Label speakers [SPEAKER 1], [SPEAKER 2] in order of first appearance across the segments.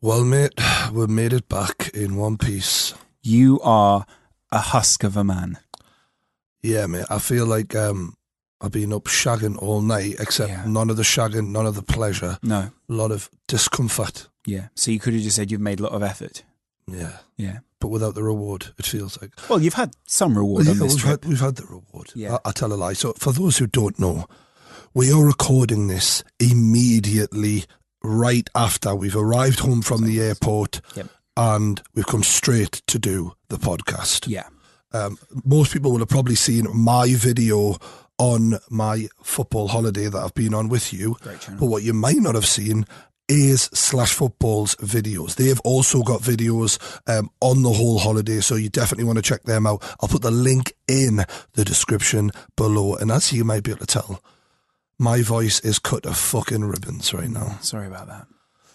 [SPEAKER 1] Well, mate, we made it back in one piece.
[SPEAKER 2] You are a husk of a man.
[SPEAKER 1] Yeah, mate. I feel like um, I've been up shagging all night, except
[SPEAKER 2] Yeah.
[SPEAKER 1] none of the shagging, none of the pleasure,
[SPEAKER 2] No.
[SPEAKER 1] a lot of discomfort.
[SPEAKER 2] Yeah. So you could have just said you've made a lot of effort.
[SPEAKER 1] Yeah,
[SPEAKER 2] Yeah.
[SPEAKER 1] but without the reward, it feels like.
[SPEAKER 2] Well, you've had some reward
[SPEAKER 1] Yeah,
[SPEAKER 2] on this
[SPEAKER 1] we've,
[SPEAKER 2] trip.
[SPEAKER 1] had, we've had the reward.
[SPEAKER 2] Yeah.
[SPEAKER 1] I, I tell a lie. So, for those who don't know, we are recording this immediately right after we've arrived home from the airport
[SPEAKER 2] Yep.
[SPEAKER 1] and we've come straight to do the podcast.
[SPEAKER 2] Yeah.
[SPEAKER 1] Um, most people will have probably seen my video on my football holiday that I've been on with you.
[SPEAKER 2] Great channel.
[SPEAKER 1] But what you might not have seen is slash football's videos. They have also got videos um, on the whole holiday, so you definitely want to check them out. I'll put the link in the description below. And as you might be able to tell, my voice is cut to fucking ribbons right now.
[SPEAKER 2] Sorry about that.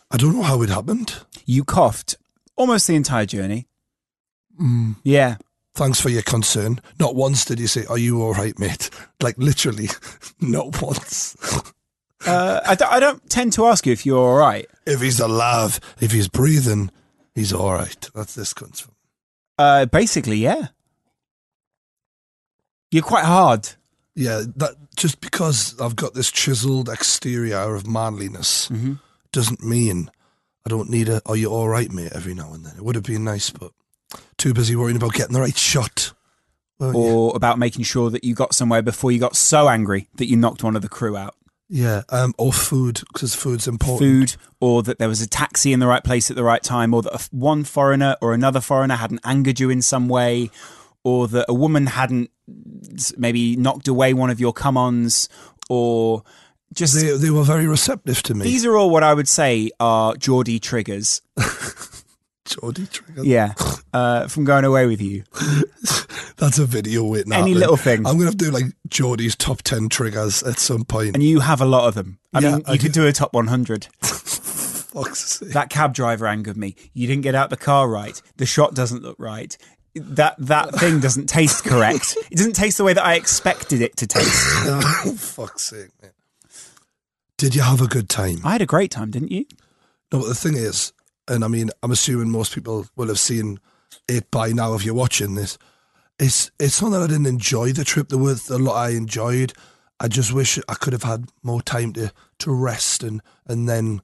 [SPEAKER 1] I don't know how it happened.
[SPEAKER 2] You coughed almost the entire journey.
[SPEAKER 1] Mm.
[SPEAKER 2] Yeah.
[SPEAKER 1] Thanks for your concern. Not once did you say, Are you all right, mate? Like, literally, not once.
[SPEAKER 2] Uh, I, don't, I don't tend to ask you if you're all right.
[SPEAKER 1] if he's alive, if he's breathing, he's all right. That's this cunt's fault.
[SPEAKER 2] Uh, basically, yeah. You're quite hard.
[SPEAKER 1] Yeah, that just because I've got this chiseled exterior of manliness doesn't mean I don't need a "Are you all right, mate?" every now and then. It would have been nice, but too busy worrying about getting the right shot. weren't you?
[SPEAKER 2] Or about making sure that you got somewhere before you got so angry that you knocked one of the crew out.
[SPEAKER 1] yeah, um, or food because food's important.
[SPEAKER 2] food or that there was a taxi in the right place at the right time or that a f- one foreigner or another foreigner hadn't angered you in some way or that a woman hadn't s- maybe knocked away one of your come-ons or just
[SPEAKER 1] They they were very receptive to me.
[SPEAKER 2] these are all what I would say are Geordie triggers.
[SPEAKER 1] Geordie Trigger.
[SPEAKER 2] Yeah. Uh, from going away with you.
[SPEAKER 1] That's a video waiting. to
[SPEAKER 2] Any
[SPEAKER 1] happen.
[SPEAKER 2] little thing.
[SPEAKER 1] I'm gonna have to do like Geordie's top ten triggers at some point.
[SPEAKER 2] And you have a lot of them. I
[SPEAKER 1] Yeah,
[SPEAKER 2] mean,
[SPEAKER 1] I
[SPEAKER 2] you could do a top 100.
[SPEAKER 1] Fuck's sake.
[SPEAKER 2] That cab driver angered me. You didn't get out the car right. The shot doesn't look right. That that thing doesn't taste correct. It doesn't taste the way that I expected it to taste.
[SPEAKER 1] Oh, Fuck's sake, mate. Did you have a good time?
[SPEAKER 2] I had a great time, didn't you?
[SPEAKER 1] No, but the thing is, and I mean, I'm assuming most people will have seen it by now if you're watching this. It's it's not that I didn't enjoy the trip. There was a lot I enjoyed. I just wish I could have had more time to to rest and and then,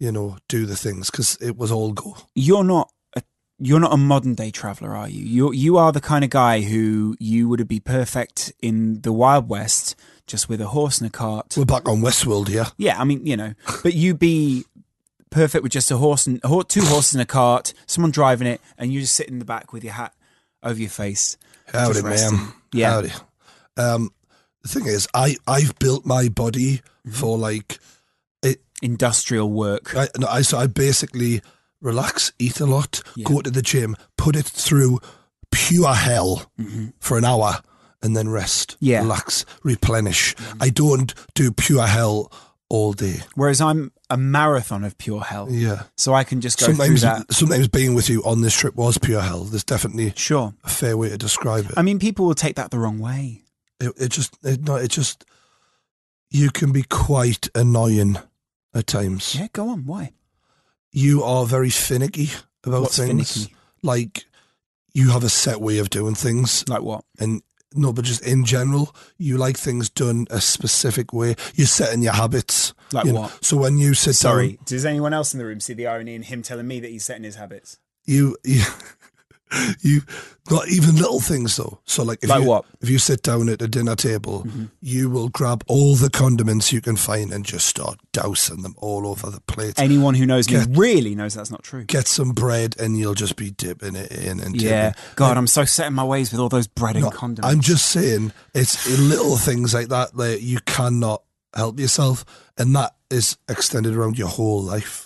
[SPEAKER 1] you know, do the things because it was all go.
[SPEAKER 2] You're not a you're not a modern day traveler, are you? You you are the kind of guy who you would be perfect in the Wild West, just with a horse and a cart.
[SPEAKER 1] We're back on Westworld here.
[SPEAKER 2] Yeah, I mean, you know, but you be perfect with just a horse and a hor- two horses in a cart, someone driving it, and you just sit in the back with your hat over your face.
[SPEAKER 1] Howdy,
[SPEAKER 2] Just
[SPEAKER 1] ma'am.
[SPEAKER 2] resting. Yeah.
[SPEAKER 1] Howdy. Um, the thing is, I I've built my body
[SPEAKER 2] Mm-hmm.
[SPEAKER 1] for like
[SPEAKER 2] industrial work.
[SPEAKER 1] I, no, I so I basically relax, eat a lot,
[SPEAKER 2] Yeah.
[SPEAKER 1] go to the gym, put it through pure hell for an hour, and then rest,
[SPEAKER 2] Yeah. Mm-hmm.
[SPEAKER 1] relax, replenish. I don't do pure hell all day.
[SPEAKER 2] Whereas I'm a marathon of pure hell.
[SPEAKER 1] Yeah.
[SPEAKER 2] So I can just Oh. go
[SPEAKER 1] Sometimes,
[SPEAKER 2] through that.
[SPEAKER 1] sometimes being with you on this trip was pure hell. There's definitely
[SPEAKER 2] Sure.
[SPEAKER 1] a fair way to describe it.
[SPEAKER 2] I mean, people will take that the wrong way.
[SPEAKER 1] it, it just, it, no, it just, you can be quite annoying at times.
[SPEAKER 2] Yeah, go on. Why?
[SPEAKER 1] you are very finicky about
[SPEAKER 2] What's
[SPEAKER 1] things.
[SPEAKER 2] finicky?
[SPEAKER 1] Like you have a set way of doing things,
[SPEAKER 2] Like what?
[SPEAKER 1] and no, but just in general, you like things done a specific way. You're setting your habits.
[SPEAKER 2] Like
[SPEAKER 1] you
[SPEAKER 2] what?
[SPEAKER 1] So when you sit
[SPEAKER 2] Sorry.
[SPEAKER 1] down,
[SPEAKER 2] Does anyone else in the room see the irony in him telling me that he's setting his habits?
[SPEAKER 1] you you you not even little things though. So like if
[SPEAKER 2] Like
[SPEAKER 1] you,
[SPEAKER 2] what? Mm-hmm.
[SPEAKER 1] if you sit down at a dinner table, you will grab all the condiments you can find and just start dousing them all over the plate.
[SPEAKER 2] Anyone who knows me really knows that's not true.
[SPEAKER 1] Get some bread and you'll just be dipping it in and dipping
[SPEAKER 2] Yeah. God, I'm so set in my ways with all those bread and
[SPEAKER 1] No,
[SPEAKER 2] condiments.
[SPEAKER 1] I'm just saying it's little things like that that you cannot help yourself, and that is extended around your whole life.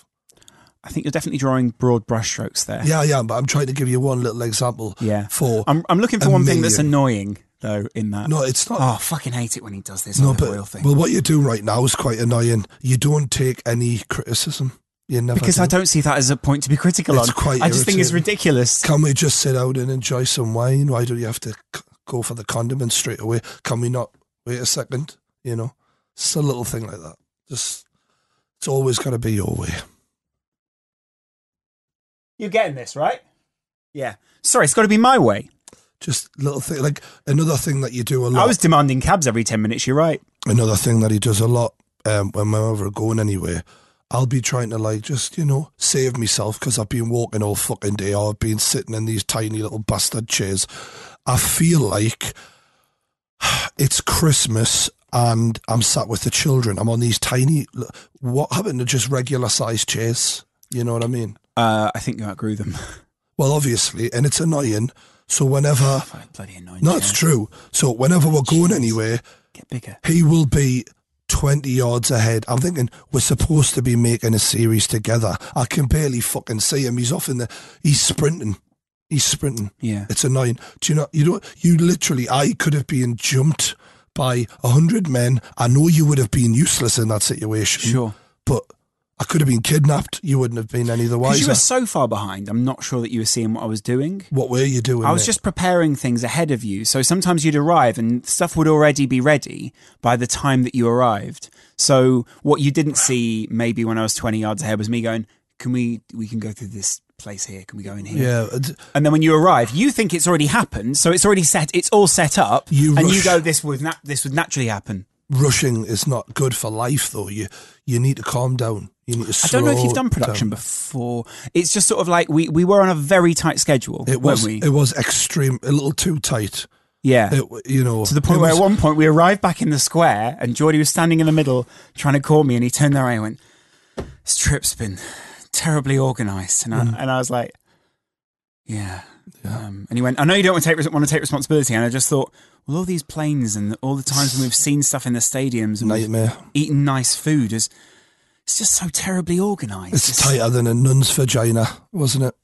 [SPEAKER 2] I think you're definitely drawing broad brushstrokes there.
[SPEAKER 1] Yeah, yeah, but I'm trying to give you one little example.
[SPEAKER 2] Yeah.
[SPEAKER 1] For
[SPEAKER 2] I'm, I'm looking for
[SPEAKER 1] A
[SPEAKER 2] one thing that's
[SPEAKER 1] million.
[SPEAKER 2] annoying, though, in that.
[SPEAKER 1] no, it's not.
[SPEAKER 2] Oh, I fucking hate it when he does this
[SPEAKER 1] no,
[SPEAKER 2] olive
[SPEAKER 1] but
[SPEAKER 2] oil thing.
[SPEAKER 1] well, what you do right now is quite annoying. You don't take any criticism. You never
[SPEAKER 2] because
[SPEAKER 1] do.
[SPEAKER 2] I don't see that as a point to be critical
[SPEAKER 1] It's
[SPEAKER 2] on.
[SPEAKER 1] quite
[SPEAKER 2] I just think it's
[SPEAKER 1] irritating.
[SPEAKER 2] ridiculous.
[SPEAKER 1] Can we just sit out and enjoy some wine? Why do you have to c- go for the condiments straight away? Can we not wait a second? You know, it's a little thing like that. Just it's always got to be your way.
[SPEAKER 2] You're getting this, right? Yeah. Sorry, it's got to be my way.
[SPEAKER 1] Just little thing like another thing that you do a lot.
[SPEAKER 2] I was demanding cabs every 10 minutes. You're right.
[SPEAKER 1] another thing that he does a lot um, when we're ever going anywhere, I'll be trying to like just you know save myself because I've been walking all fucking day or I've been sitting in these tiny little bastard chairs. I feel like it's Christmas and I'm sat with the children. I'm on these tiny. What happened to just regular sized chairs? You know what I mean?
[SPEAKER 2] Uh, I think you outgrew them.
[SPEAKER 1] Well, obviously, and it's annoying. So whenever,
[SPEAKER 2] Bloody annoying.
[SPEAKER 1] no, it's
[SPEAKER 2] chair.
[SPEAKER 1] true. So whenever we're going anywhere,
[SPEAKER 2] Get bigger.
[SPEAKER 1] he will be 20 yards ahead. I'm thinking we're supposed to be making a series together. I can barely fucking see him. He's off in the, he's sprinting. He's sprinting.
[SPEAKER 2] Yeah.
[SPEAKER 1] It's annoying. Do you know, you know, you literally, I could have been jumped by a hundred men. I know you would have been useless in that situation.
[SPEAKER 2] Sure.
[SPEAKER 1] But I could have been kidnapped. You wouldn't have been any the
[SPEAKER 2] Because
[SPEAKER 1] wiser.
[SPEAKER 2] you were so far behind, I'm not sure that you were seeing what I was doing.
[SPEAKER 1] what were you doing?
[SPEAKER 2] I was
[SPEAKER 1] mate?
[SPEAKER 2] just preparing things ahead of you. So sometimes you'd arrive and stuff would already be ready by the time that you arrived. So what you didn't see maybe when I was 20 yards ahead was me going, can we, we can go through this place here. Can we go in here?
[SPEAKER 1] Yeah. it's-
[SPEAKER 2] And then when you arrive, you think it's already happened. So it's already set. It's all set up.
[SPEAKER 1] You
[SPEAKER 2] and you
[SPEAKER 1] rush.
[SPEAKER 2] go, this would, na- this would naturally happen.
[SPEAKER 1] Rushing is not good for life though. You, you need to calm down. You need to
[SPEAKER 2] I don't know if you've
[SPEAKER 1] slow
[SPEAKER 2] done
[SPEAKER 1] down.
[SPEAKER 2] production before. It's just sort of like we, we were on a very tight schedule,
[SPEAKER 1] It was
[SPEAKER 2] weren't we?
[SPEAKER 1] it was extreme, a little too tight.
[SPEAKER 2] yeah.
[SPEAKER 1] It, w- you know,
[SPEAKER 2] to the point
[SPEAKER 1] it
[SPEAKER 2] where
[SPEAKER 1] was-
[SPEAKER 2] at one point we arrived back in the square and Geordie was standing in the middle trying to call me and he turned around and went, This trip's been terribly organised. And, I and I was like, Mm. Yeah. Um, and he went, I know you don't want to, take, res- want to take responsibility. And I just thought, Well, all these planes and all the times when we've seen stuff in the stadiums and we've
[SPEAKER 1] nightmare.
[SPEAKER 2] eaten nice food is. It's just so terribly organised.
[SPEAKER 1] It's tighter than a nun's vagina, wasn't it?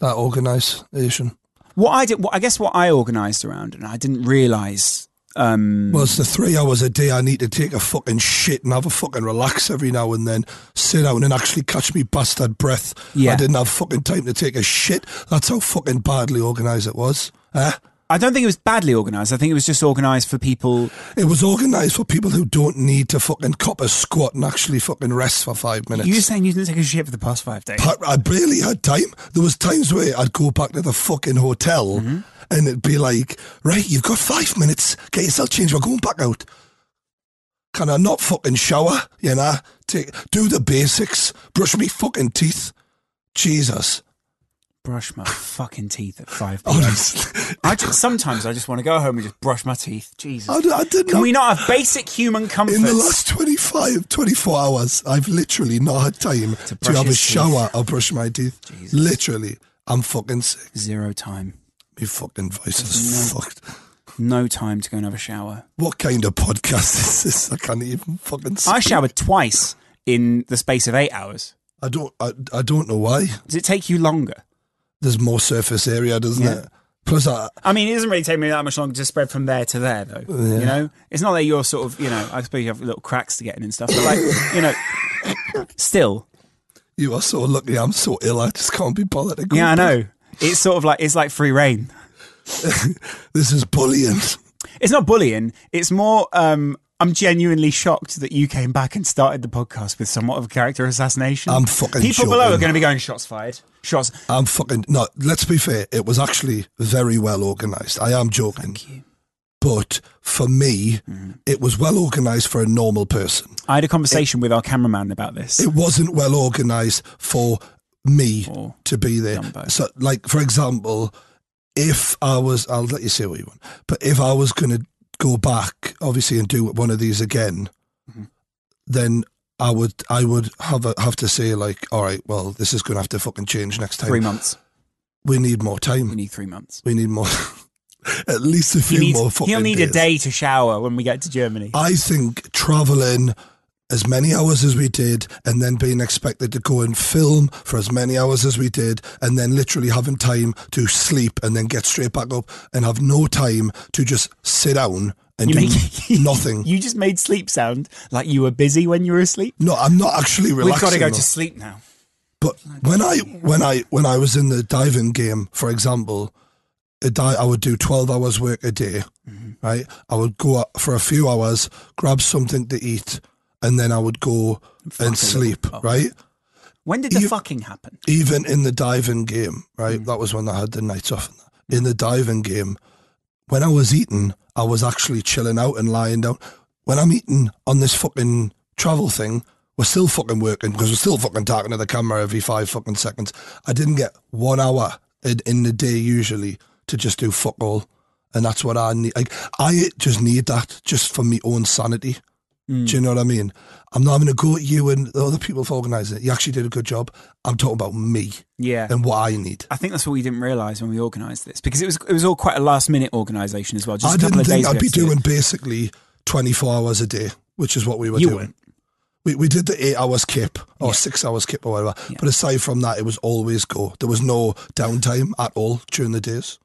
[SPEAKER 1] That organisation
[SPEAKER 2] What I did, what, I guess, what I organised around, and I didn't realise. Um,
[SPEAKER 1] was the three hours a day I need to take a fucking shit and have a fucking relax every now and then, sit down and actually catch me bastard breath.
[SPEAKER 2] Yeah.
[SPEAKER 1] I didn't have fucking time to take a shit. That's how fucking badly organised it was. Eh?
[SPEAKER 2] I don't think it was badly organised. I think it was just organised for people
[SPEAKER 1] It was organised for people who don't need to fucking cop a squat and actually fucking rest for five minutes.
[SPEAKER 2] You were saying you didn't take a shit for the past five days.
[SPEAKER 1] I, I barely had time. There was times where I'd go back to the fucking hotel
[SPEAKER 2] Mm-hmm.
[SPEAKER 1] and it'd be like, right, you've got five minutes. Get yourself changed. We're going back out. Can I not fucking shower? You know, take do the basics. Brush me fucking teeth. Jesus,
[SPEAKER 2] brush my fucking teeth at five.
[SPEAKER 1] Oh,
[SPEAKER 2] p.m.
[SPEAKER 1] honestly,
[SPEAKER 2] I just, sometimes I just want to go home and just brush my teeth. Jesus.
[SPEAKER 1] I, d- I didn't.
[SPEAKER 2] Can we not have basic human comforts?
[SPEAKER 1] Oh, in the last 25, 24 hours, I've literally not had time to,
[SPEAKER 2] brush
[SPEAKER 1] have a
[SPEAKER 2] his teeth.
[SPEAKER 1] shower or brush my teeth. Literally, I'm fucking sick.
[SPEAKER 2] Zero time.
[SPEAKER 1] My fucking voice is fucked.
[SPEAKER 2] No time to go and have a shower.
[SPEAKER 1] What kind of podcast is this? I can't even fucking. s-
[SPEAKER 2] I showered twice in the space of eight hours.
[SPEAKER 1] I don't. I, I don't know why.
[SPEAKER 2] Does it take you longer?
[SPEAKER 1] There's more surface area, doesn't
[SPEAKER 2] Yeah.
[SPEAKER 1] it? Plus, I,
[SPEAKER 2] I mean, it doesn't really take me that much longer to spread from there to there, though. You know, it's not that you're sort of, you know, I suppose you have little cracks to get in and stuff, but like, you know, still,
[SPEAKER 1] you are so lucky. I'm so ill. I just can't be bothered. to go
[SPEAKER 2] yeah,
[SPEAKER 1] back.
[SPEAKER 2] I know. It's sort of like it's like free reign.
[SPEAKER 1] This is bullying.
[SPEAKER 2] It's not bullying. It's more. Um, I'm genuinely shocked that you came back and started the podcast with somewhat of a character assassination.
[SPEAKER 1] I'm fucking
[SPEAKER 2] people below are
[SPEAKER 1] joking.
[SPEAKER 2] going to be going shots fired. Shots.
[SPEAKER 1] I'm fucking. No, let's be fair. It was actually very well organized. I am joking.
[SPEAKER 2] you. Mm.
[SPEAKER 1] But for me, it was well organized for a normal person.
[SPEAKER 2] I had a conversation with our cameraman about this.
[SPEAKER 1] it wasn't well organized for me
[SPEAKER 2] Or
[SPEAKER 1] to be there.
[SPEAKER 2] Dumbo.
[SPEAKER 1] So, like for example, if I was, I'll let you say what you want, but if I was going to go back, obviously, and do one of these again,
[SPEAKER 2] Mm-hmm.
[SPEAKER 1] then I would, I would have a, have to say like, all right, well, this is going to have to fucking change next time.
[SPEAKER 2] three months.
[SPEAKER 1] We need more time.
[SPEAKER 2] We need three months.
[SPEAKER 1] We need more. at least a
[SPEAKER 2] He
[SPEAKER 1] few more
[SPEAKER 2] needs,
[SPEAKER 1] fucking.
[SPEAKER 2] he'll need a
[SPEAKER 1] days. Um,
[SPEAKER 2] day to shower when we get to Germany.
[SPEAKER 1] I think traveling as many hours as we did and then being expected to go and film for as many hours as we did and then literally having time to sleep and then get straight back up and have no time to just sit down and
[SPEAKER 2] You
[SPEAKER 1] do
[SPEAKER 2] make-
[SPEAKER 1] nothing.
[SPEAKER 2] you just made sleep sound like you were busy when you were asleep.
[SPEAKER 1] No, I'm not actually relaxing.
[SPEAKER 2] We've got to go
[SPEAKER 1] though.
[SPEAKER 2] to sleep now.
[SPEAKER 1] But when I when I when I was in the diving game, for example, a di- I would do twelve hours work a day,
[SPEAKER 2] Mm-hmm.
[SPEAKER 1] right? I would go out for a few hours, grab something to eat, and then I would go and
[SPEAKER 2] a little. Oh.
[SPEAKER 1] sleep, right?
[SPEAKER 2] When did the
[SPEAKER 1] You-
[SPEAKER 2] fucking happen?
[SPEAKER 1] even in the diving game, right? That was when I had the nights off. In the diving game, when I was eating, I was actually chilling out and lying down. When I'm eating on this fucking travel thing, we're still fucking working because we're still fucking talking to the camera every five fucking seconds. I didn't get one hour in, in the day usually to just do fuck all. And that's what I need. Like, I just need that just for my own sanity. Do you know what I mean? I'm not having to go at you and the other people for organising it. You actually did a good job. I'm talking about me
[SPEAKER 2] Yeah.
[SPEAKER 1] and what I need.
[SPEAKER 2] I think that's what we didn't realise when we organised this because it was it was all quite a last minute organisation as well. Just
[SPEAKER 1] I
[SPEAKER 2] a couple
[SPEAKER 1] didn't
[SPEAKER 2] of
[SPEAKER 1] think
[SPEAKER 2] days
[SPEAKER 1] I'd be
[SPEAKER 2] we had to do it.
[SPEAKER 1] doing basically 24 hours a day, which is what we were
[SPEAKER 2] You
[SPEAKER 1] doing.
[SPEAKER 2] weren't.
[SPEAKER 1] We, we did the eight hours kip or six hours kip or whatever. But aside from that, it was always go. There was no downtime at all during the days.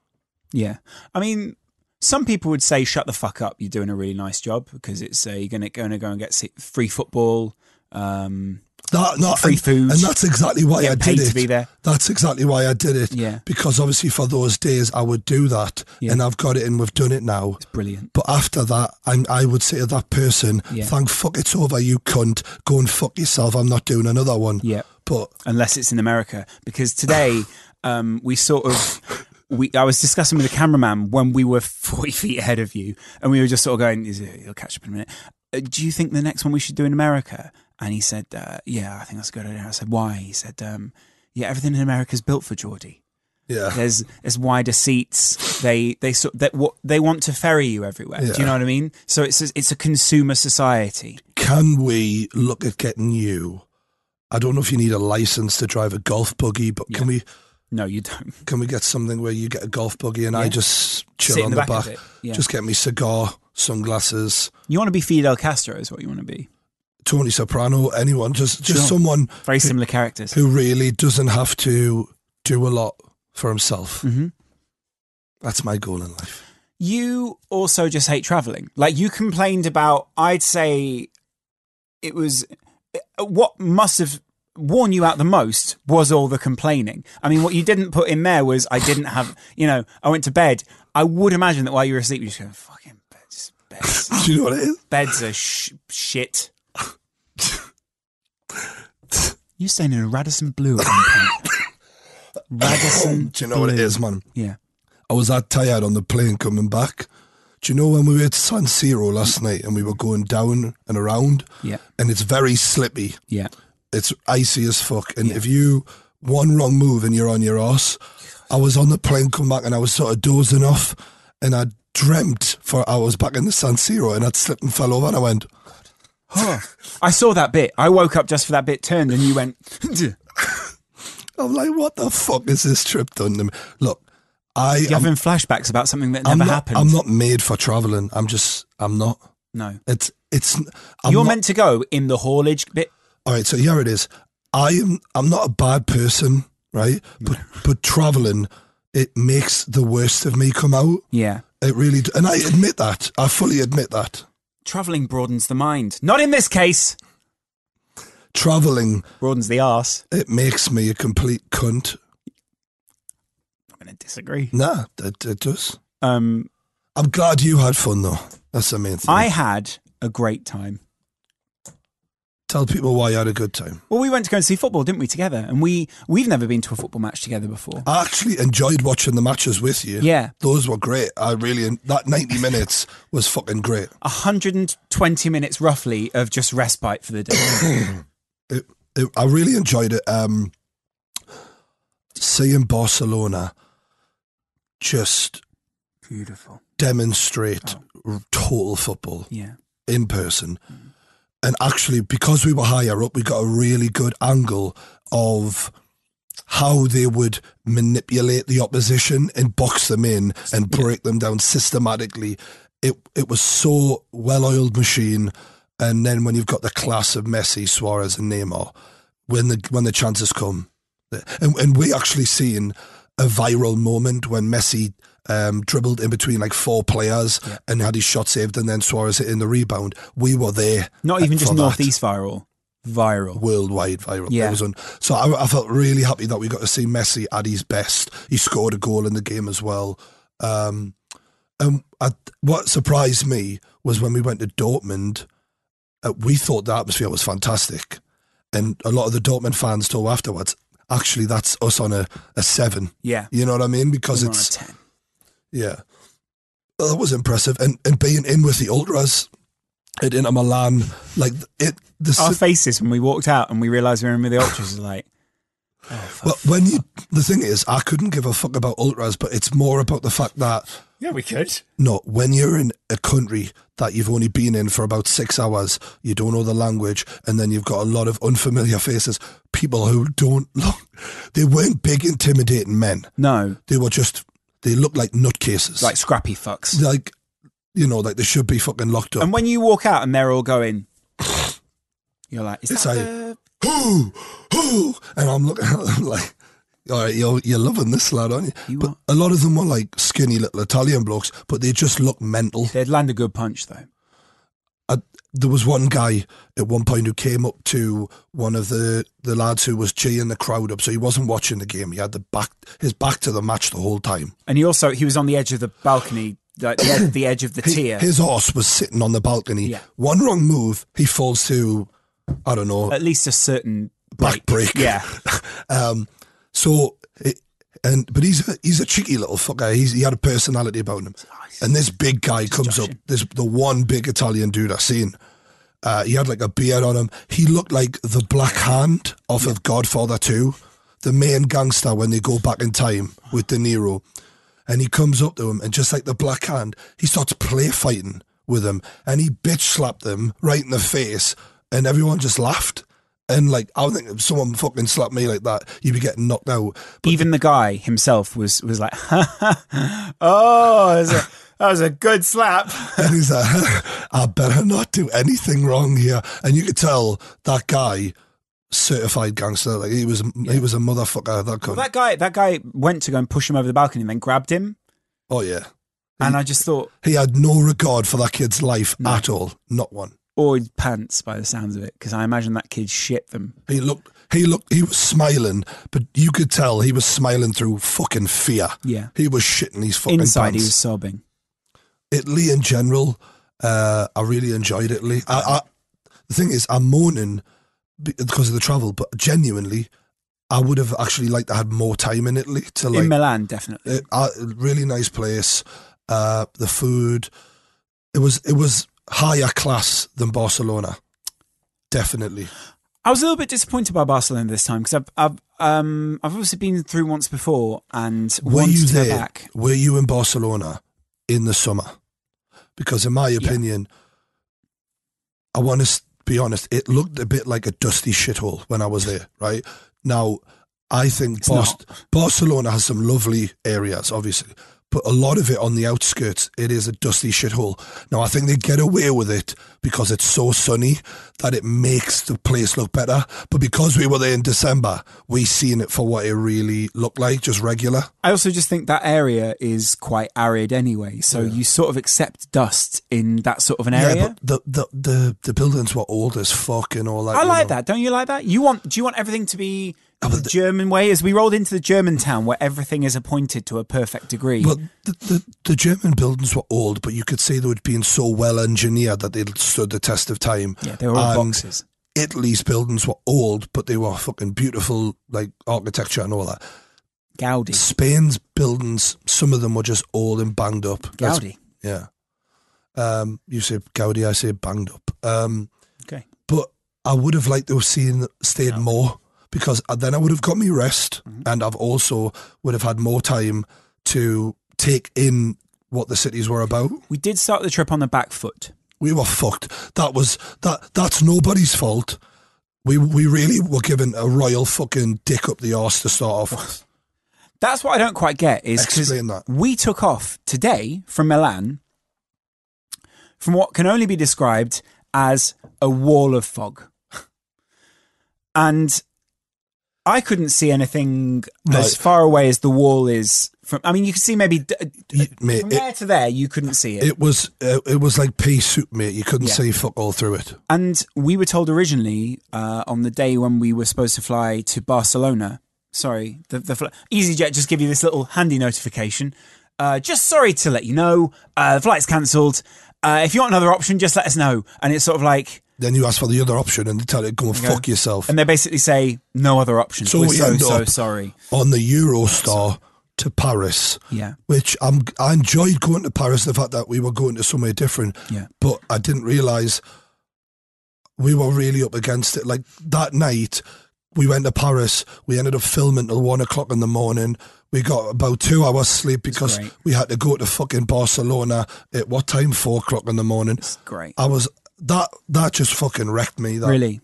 [SPEAKER 2] Yeah. I mean, some people would say, shut the fuck up. You're doing a really nice job because it's uh, you're going to going to go and get se- free football. Um,
[SPEAKER 1] That, not,
[SPEAKER 2] Free
[SPEAKER 1] and,
[SPEAKER 2] food.
[SPEAKER 1] And that's exactly why
[SPEAKER 2] Get
[SPEAKER 1] I did
[SPEAKER 2] paid
[SPEAKER 1] it.
[SPEAKER 2] to be there.
[SPEAKER 1] That's exactly why I did it.
[SPEAKER 2] Yeah.
[SPEAKER 1] Because obviously for those days I would do that
[SPEAKER 2] Yeah.
[SPEAKER 1] and I've got it and we've done it now.
[SPEAKER 2] brilliant.
[SPEAKER 1] But after that, I'm, I would say to that person,
[SPEAKER 2] Yeah.
[SPEAKER 1] thank fuck it's over, you cunt. Go and fuck yourself. I'm not doing another one.
[SPEAKER 2] Yeah.
[SPEAKER 1] But
[SPEAKER 2] unless it's in America. Because today, um, we sort of, we I was discussing with the cameraman when we were forty feet ahead of you, and we were just sort of going, "Is it- "You'll catch up in a minute." Uh, do you think the next one we should do in America? And he said, uh, "Yeah, I think that's a good idea." I said, "Why?" He said, um, "Yeah, everything in America is built for Geordie."
[SPEAKER 1] yeah.
[SPEAKER 2] There's there's wider seats. They they sort that what they want to ferry you everywhere. Do
[SPEAKER 1] Yeah.
[SPEAKER 2] you know what I mean? So it's a, it's a consumer society.
[SPEAKER 1] Can we look at getting you? I don't know if you need a license to drive a golf buggy, but can we
[SPEAKER 2] No, you don't.
[SPEAKER 1] can we get something where you get a golf buggy and I just chill
[SPEAKER 2] Sit in
[SPEAKER 1] on
[SPEAKER 2] the
[SPEAKER 1] the,
[SPEAKER 2] back of
[SPEAKER 1] back?
[SPEAKER 2] it, yeah.
[SPEAKER 1] Just get me cigar, sunglasses,
[SPEAKER 2] You want to be Fidel Castro is what you want to be.
[SPEAKER 1] Tony Soprano, anyone, just just
[SPEAKER 2] Sure.
[SPEAKER 1] someone
[SPEAKER 2] Very similar characters.
[SPEAKER 1] who really doesn't have to do a lot for himself.
[SPEAKER 2] Mhm.
[SPEAKER 1] That's my goal in life.
[SPEAKER 2] you also just hate traveling. Like you complained about, I'd say it was what must have worn you out the most was all the complaining. I mean, what you didn't put in there was I didn't have, you know, I went to bed. I would imagine that while you were asleep, you just go, fucking beds, beds,
[SPEAKER 1] Do you know what it is?
[SPEAKER 2] beds are sh- shit. You're staying in a Radisson Blue at one point. Radisson.
[SPEAKER 1] Do you know what it
[SPEAKER 2] Blue.
[SPEAKER 1] is, man?
[SPEAKER 2] Yeah.
[SPEAKER 1] I was that tired on the plane coming back. Do you know when we were at San Siro last night and we were going down and around?
[SPEAKER 2] Yeah.
[SPEAKER 1] And it's very slippy.
[SPEAKER 2] Yeah.
[SPEAKER 1] It's icy as fuck. And if you one wrong move and you're on your ass, I was on the plane coming back and I was sort of dozing off and I dreamt for hours back in the San Siro and I'd slipped and fell over and I went,
[SPEAKER 2] Huh. I saw that bit. I woke up just for that bit, turned, and you went. you
[SPEAKER 1] I'm like, what the fuck is this trip done to me? Look, I am,
[SPEAKER 2] having flashbacks about something that
[SPEAKER 1] I'm
[SPEAKER 2] never
[SPEAKER 1] not,
[SPEAKER 2] happened.
[SPEAKER 1] I'm not made for traveling. I'm just, I'm not.
[SPEAKER 2] no,
[SPEAKER 1] It's, it's, I'm
[SPEAKER 2] you're
[SPEAKER 1] not-
[SPEAKER 2] meant to go in the haulage bit.
[SPEAKER 1] all right, so here it is. I am I'm not a bad person, right? But but traveling, it makes the worst of me come out.
[SPEAKER 2] Yeah,
[SPEAKER 1] It really, d- and I admit that. I fully admit that.
[SPEAKER 2] traveling broadens the mind. Not in this case.
[SPEAKER 1] Traveling,
[SPEAKER 2] Broadens the arse.
[SPEAKER 1] it makes me a complete cunt.
[SPEAKER 2] I'm going to disagree.
[SPEAKER 1] Nah, it, it does.
[SPEAKER 2] Um,
[SPEAKER 1] I'm glad you had fun though. That's the main thing.
[SPEAKER 2] I had a great time.
[SPEAKER 1] Tell people why you had a good time.
[SPEAKER 2] Well, we went to go and see football, didn't we? Together, and we we've never been to a football match together before.
[SPEAKER 1] I actually enjoyed watching the matches with you.
[SPEAKER 2] Yeah.
[SPEAKER 1] those were great. I really that 90 minutes was fucking great.
[SPEAKER 2] 120 minutes roughly of just respite for the day.
[SPEAKER 1] it, it, I really enjoyed it. Um, seeing Barcelona just
[SPEAKER 2] Beautiful.
[SPEAKER 1] demonstrate r total football
[SPEAKER 2] Yeah.
[SPEAKER 1] in person. And actually, because we were higher up, we got a really good angle of how they would manipulate the opposition and box them in and break them down systematically. It it was so well oiled machine. And then when you've got the class of Messi, Suarez, and Neymar, when the when the chances come, and and we actually seen a viral moment when Messi um, dribbled in between like four players and had his shot saved, and then Suarez hit in the rebound. We were there.
[SPEAKER 2] Not even
[SPEAKER 1] for
[SPEAKER 2] just
[SPEAKER 1] that
[SPEAKER 2] northeast viral. Viral.
[SPEAKER 1] worldwide viral.
[SPEAKER 2] Yeah.
[SPEAKER 1] It was on. So I, I felt really happy that we got to see Messi at his best. He scored a goal in the game as well. Um, and I, what surprised me was when we went to Dortmund, uh, we thought the atmosphere was fantastic. and a lot of the Dortmund fans told afterwards, actually, that's us on a, a seven.
[SPEAKER 2] Yeah.
[SPEAKER 1] You know what I mean? Because
[SPEAKER 2] We're on a
[SPEAKER 1] it's
[SPEAKER 2] 10.
[SPEAKER 1] yeah, Well, that was impressive. And and being in with the ultras at Inter Milan, like it. The
[SPEAKER 2] Our
[SPEAKER 1] si-
[SPEAKER 2] faces when we walked out and we realised we were in with the ultras is like, oh,
[SPEAKER 1] well, when you the thing is, I couldn't give a fuck about ultras, but it's more about the fact that
[SPEAKER 3] Yeah, we could.
[SPEAKER 1] No, when you're in a country that you've only been in for about six hours, you don't know the language, and then you've got a lot of unfamiliar faces, people who don't look, they weren't big, intimidating men.
[SPEAKER 2] no,
[SPEAKER 1] They were just, they looked like nutcases.
[SPEAKER 2] like scrappy fucks.
[SPEAKER 1] like, you know, like they should be fucking locked up.
[SPEAKER 2] And when you walk out and they're all going, you're like, is
[SPEAKER 1] It's
[SPEAKER 2] that
[SPEAKER 1] like-
[SPEAKER 2] the-
[SPEAKER 1] Who, who? And I'm looking at them like, all right, you're, you're loving this lad, aren't you?
[SPEAKER 2] You
[SPEAKER 1] but
[SPEAKER 2] are.
[SPEAKER 1] a lot of them were like skinny little Italian blokes, but they just looked mental.
[SPEAKER 2] They'd land a good punch though.
[SPEAKER 1] I, there was one guy at one point who came up to one of the, the lads who was cheering the crowd up, so he wasn't watching the game. He had the back his back to the match the whole time.
[SPEAKER 2] And he also he was on the edge of the balcony, like the, ed- the edge of the
[SPEAKER 1] He-
[SPEAKER 2] tier.
[SPEAKER 1] His horse was sitting on the balcony.
[SPEAKER 2] Yeah.
[SPEAKER 1] One wrong move, he falls to I don't know
[SPEAKER 2] At least a certain
[SPEAKER 1] back break.
[SPEAKER 2] Uh, Yeah,
[SPEAKER 1] Um. So it, and but he's a, he's a cheeky little fucker. He's, he had a personality about him. And this big guy comes up. This the one big Italian dude I've seen. Uh, he had like a beard on him. He looked like the Black Hand off of Godfather Two, the main gangster when they go back in time with De Niro. And he comes up to him and just like the Black Hand, he starts play fighting with him and he bitch slapped him right in the face and everyone just laughed. And like I would think if someone fucking slapped me like that, you'd be getting knocked out.
[SPEAKER 2] even the guy himself was was like, oh, that was, a, that was a good slap.
[SPEAKER 1] And he's like, I better not do anything wrong here. And you could tell that guy, certified gangster, like he was, he was a motherfucker. That
[SPEAKER 2] Well,
[SPEAKER 1] cunt.
[SPEAKER 2] that guy that guy went to go and push him over the balcony and then grabbed him,
[SPEAKER 1] oh yeah,
[SPEAKER 2] and I just thought,
[SPEAKER 1] he had no regard for that kid's life at all, not one.
[SPEAKER 2] or his pants by the sounds of it, because I imagine that kid shit them.
[SPEAKER 1] He looked, he looked, he was smiling, but you could tell he was smiling through fucking fear.
[SPEAKER 2] Yeah,
[SPEAKER 1] He was shitting his fucking
[SPEAKER 2] inside
[SPEAKER 1] pants.
[SPEAKER 2] he was sobbing.
[SPEAKER 1] Italy in general, uh, I really enjoyed Italy. I, I, the thing is, I'm moaning be- because of the travel, but genuinely, I would have actually liked to had more time in Italy to like
[SPEAKER 2] In Milan, definitely.
[SPEAKER 1] it, uh, really nice place. Uh, the food, it was it was higher class than Barcelona, definitely.
[SPEAKER 2] I was a little bit disappointed by Barcelona this time because I've I've um I've obviously been through once before and
[SPEAKER 1] Were
[SPEAKER 2] wanted
[SPEAKER 1] you
[SPEAKER 2] to go
[SPEAKER 1] there?
[SPEAKER 2] back.
[SPEAKER 1] Were you in Barcelona in the summer? Because in my opinion, I want to be honest. It looked a bit like a dusty shithole when I was there. Right now, I think
[SPEAKER 2] not.
[SPEAKER 1] Bas- Barcelona has some lovely areas, obviously, but a lot of it on the outskirts, it is a dusty shithole. Now, I think they get away with it because it's so sunny that it makes the place look better. But because we were there in December, we seen it for what it really looked like, just regular.
[SPEAKER 2] I also just think that area is quite arid anyway, so you sort of accept dust in that sort of an area.
[SPEAKER 1] Yeah, but the, the the the buildings were old as fuck and all that.
[SPEAKER 2] I
[SPEAKER 1] you
[SPEAKER 2] like
[SPEAKER 1] know.
[SPEAKER 2] that. Don't you like that? You want? Do you want everything to be
[SPEAKER 1] Oh, but
[SPEAKER 2] the
[SPEAKER 1] the-
[SPEAKER 2] German way? As we rolled into the German town, where everything is appointed to a perfect degree.
[SPEAKER 1] But the, the the German buildings were old, but you could say they were being so well engineered that they stood the test of time.
[SPEAKER 2] yeah, they were all
[SPEAKER 1] And
[SPEAKER 2] boxes.
[SPEAKER 1] Italy's buildings were old, but they were fucking beautiful, like architecture and all that.
[SPEAKER 2] Gaudi,
[SPEAKER 1] Spain's buildings, some of them were just old and banged up. That's-
[SPEAKER 2] Gaudi.
[SPEAKER 1] yeah. Um, you say Gaudi, I say banged up. Um,
[SPEAKER 2] Okay.
[SPEAKER 1] but I would have liked to have seen stayed more because I- then I would have got me rest,
[SPEAKER 2] Mm-hmm.
[SPEAKER 1] and I've also would have had more time to take in what the cities were about.
[SPEAKER 2] We did start the trip on the back foot.
[SPEAKER 1] We were fucked. That was that. That's nobody's fault. We we really were given a royal fucking dick up the arse to start off with.
[SPEAKER 2] That's what I don't quite get is because
[SPEAKER 1] Explain that.
[SPEAKER 2] we took off today from Milan from what can only be described as a wall of fog. And I couldn't see anything
[SPEAKER 1] No.
[SPEAKER 2] as far away as the wall is from. I mean, you could see maybe d-
[SPEAKER 1] You- mate,
[SPEAKER 2] from
[SPEAKER 1] it,
[SPEAKER 2] there to there, you couldn't see it.
[SPEAKER 1] it was uh, it was like pea soup, mate. You couldn't
[SPEAKER 2] Yeah.
[SPEAKER 1] see fuck all through it.
[SPEAKER 2] And we were told originally uh, on the day when we were supposed to fly to Barcelona. Sorry, the, the fl- EasyJet just give you this little handy notification. Uh, just sorry to let you know, uh, the flight's cancelled. Uh, if you want another option, just let us know. And it's sort of like,
[SPEAKER 1] Then you ask for the other option and they tell you, go and fuck yourself.
[SPEAKER 2] And they basically say no other option.
[SPEAKER 1] So
[SPEAKER 2] We're
[SPEAKER 1] we
[SPEAKER 2] so
[SPEAKER 1] end
[SPEAKER 2] so
[SPEAKER 1] up-
[SPEAKER 2] sorry.
[SPEAKER 1] on the Eurostar to Paris.
[SPEAKER 2] Yeah.
[SPEAKER 1] Which I'm, I enjoyed going to Paris, the fact that we were going to somewhere different.
[SPEAKER 2] Yeah.
[SPEAKER 1] But I didn't realise we were really up against it. Like that night, we went to Paris. We ended up filming till one o'clock in the morning. We got about two hours sleep because
[SPEAKER 2] great.
[SPEAKER 1] we had to go to fucking Barcelona at what time? Four o'clock in the morning.
[SPEAKER 2] It's great.
[SPEAKER 1] I was that that just fucking wrecked me. That
[SPEAKER 2] Really.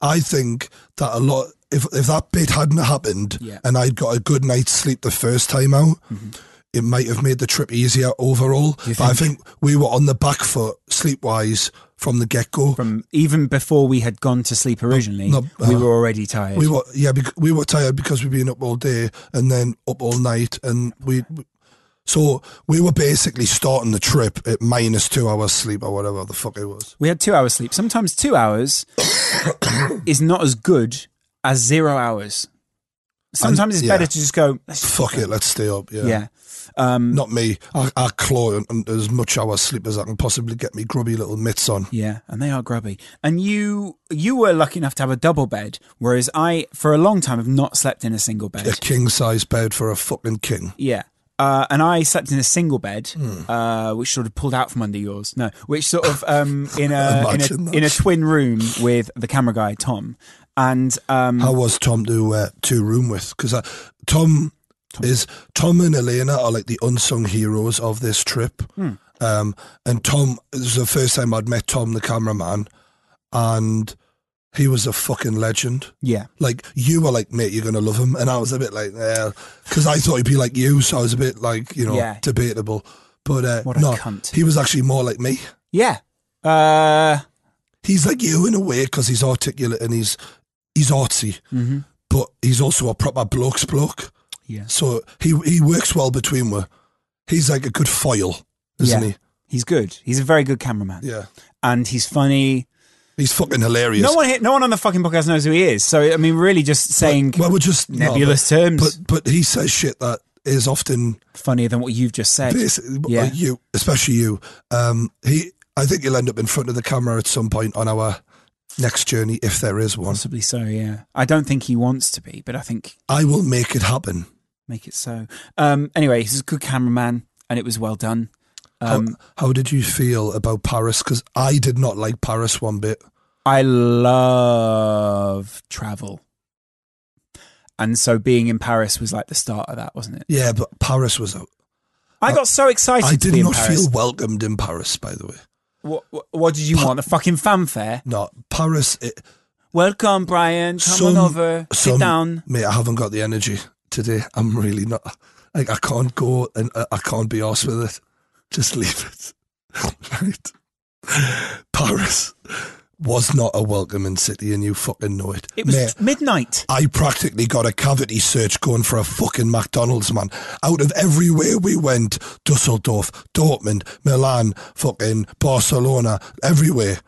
[SPEAKER 1] I think that a lot if if that bit hadn't happened
[SPEAKER 2] Yeah. Mm-hmm.
[SPEAKER 1] and I'd got a good night's sleep the first time out, it might have made the trip easier overall. But I think we were on the back foot sleep wise from the get go.
[SPEAKER 2] From even before we had gone to sleep originally,
[SPEAKER 1] no,
[SPEAKER 2] we
[SPEAKER 1] uh,
[SPEAKER 2] were already tired.
[SPEAKER 1] We were yeah bec- we were tired because we'd been up all day and then up all night and we. So we were basically starting the trip at minus two hours sleep or whatever the fuck it was.
[SPEAKER 2] we had two hours sleep. Sometimes two hours is not as good as zero hours. Sometimes it's
[SPEAKER 1] yeah.
[SPEAKER 2] better to just go. Let's just
[SPEAKER 1] Fuck it, let's stay up. Yeah.
[SPEAKER 2] Yeah. Um,
[SPEAKER 1] Not me. I, I claw and- and as much hour sleep as I can possibly get me grubby little mitts on.
[SPEAKER 2] yeah, and they are grubby. And you you were lucky enough to have a double bed, whereas I, for a long time, have not slept in a single bed.
[SPEAKER 1] A king size bed for a fucking king.
[SPEAKER 2] Yeah. Uh, and I slept in a single bed,
[SPEAKER 1] Hmm.
[SPEAKER 2] uh, which sort of pulled out from under yours. No, which sort of um, in a in
[SPEAKER 1] Imagine
[SPEAKER 2] a,
[SPEAKER 1] that.
[SPEAKER 2] in a twin room with the camera guy Tom and um,
[SPEAKER 1] How was Tom to uh, to room with? Because Tom, is Tom and Elena are like the unsung heroes of this trip. Um, and Tom this was the first time I'd met Tom, the cameraman, and he was a fucking legend.
[SPEAKER 2] yeah,
[SPEAKER 1] Like you were like, mate, you're gonna love him, and I was a bit like, because I thought he'd be like you, so I was a bit like, you know,
[SPEAKER 2] Yeah.
[SPEAKER 1] debatable. But uh,
[SPEAKER 2] What a
[SPEAKER 1] no,
[SPEAKER 2] cunt.
[SPEAKER 1] he was actually more like me.
[SPEAKER 2] yeah. Uh,
[SPEAKER 1] he's like you in a way because he's articulate and he's he's artsy, but he's also a proper bloke's bloke.
[SPEAKER 2] Mm-hmm. Yeah.
[SPEAKER 1] So he he works well between we. He's like a good foil, isn't
[SPEAKER 2] yeah. He's good. He's a very good cameraman,
[SPEAKER 1] he? Yeah.
[SPEAKER 2] and he's funny.
[SPEAKER 1] He's fucking hilarious.
[SPEAKER 2] No one, here, no one on the fucking podcast knows who he is. So I mean, really, just saying
[SPEAKER 1] well, we're just no,
[SPEAKER 2] nebulous
[SPEAKER 1] but,
[SPEAKER 2] terms
[SPEAKER 1] but but he says shit that is often
[SPEAKER 2] funnier than what you've just said.
[SPEAKER 1] basically
[SPEAKER 2] Yeah.
[SPEAKER 1] uh, you, especially you. Um, he, I think you'll end up in front of the camera at some point on our next journey if there is one.
[SPEAKER 2] Possibly so. Yeah, I don't think he wants to be, but I think
[SPEAKER 1] I will make it happen.
[SPEAKER 2] make it so. Um, anyway, he's a good cameraman, and it was well done.
[SPEAKER 1] Oh.
[SPEAKER 2] Um,
[SPEAKER 1] How, how did you feel about Paris? Because I did not like Paris one bit.
[SPEAKER 2] I love travel, and so being in Paris was like the start of that, wasn't it?
[SPEAKER 1] Yeah, but Paris was. A,
[SPEAKER 2] I got so excited.
[SPEAKER 1] Uh, I
[SPEAKER 2] to be
[SPEAKER 1] did
[SPEAKER 2] in
[SPEAKER 1] not
[SPEAKER 2] Paris.
[SPEAKER 1] feel welcomed in Paris. By the way,
[SPEAKER 2] What, what, what did you want? The fucking fanfare.
[SPEAKER 1] no Paris. It,
[SPEAKER 2] Welcome, Brian. Come
[SPEAKER 1] some,
[SPEAKER 2] on over.
[SPEAKER 1] some-
[SPEAKER 2] Sit down.
[SPEAKER 1] mate. I haven't got the energy today. I'm really not. Like I can't go and uh, I, I can't be arsed with it. Just leave it. right. Paris was not a welcoming city, and you fucking know it.
[SPEAKER 2] It was
[SPEAKER 1] Mate,
[SPEAKER 2] midnight.
[SPEAKER 1] I practically got a cavity search going for a fucking McDonald's, man. Out of everywhere we went, Dusseldorf, Dortmund, Milan, fucking Barcelona, everywhere.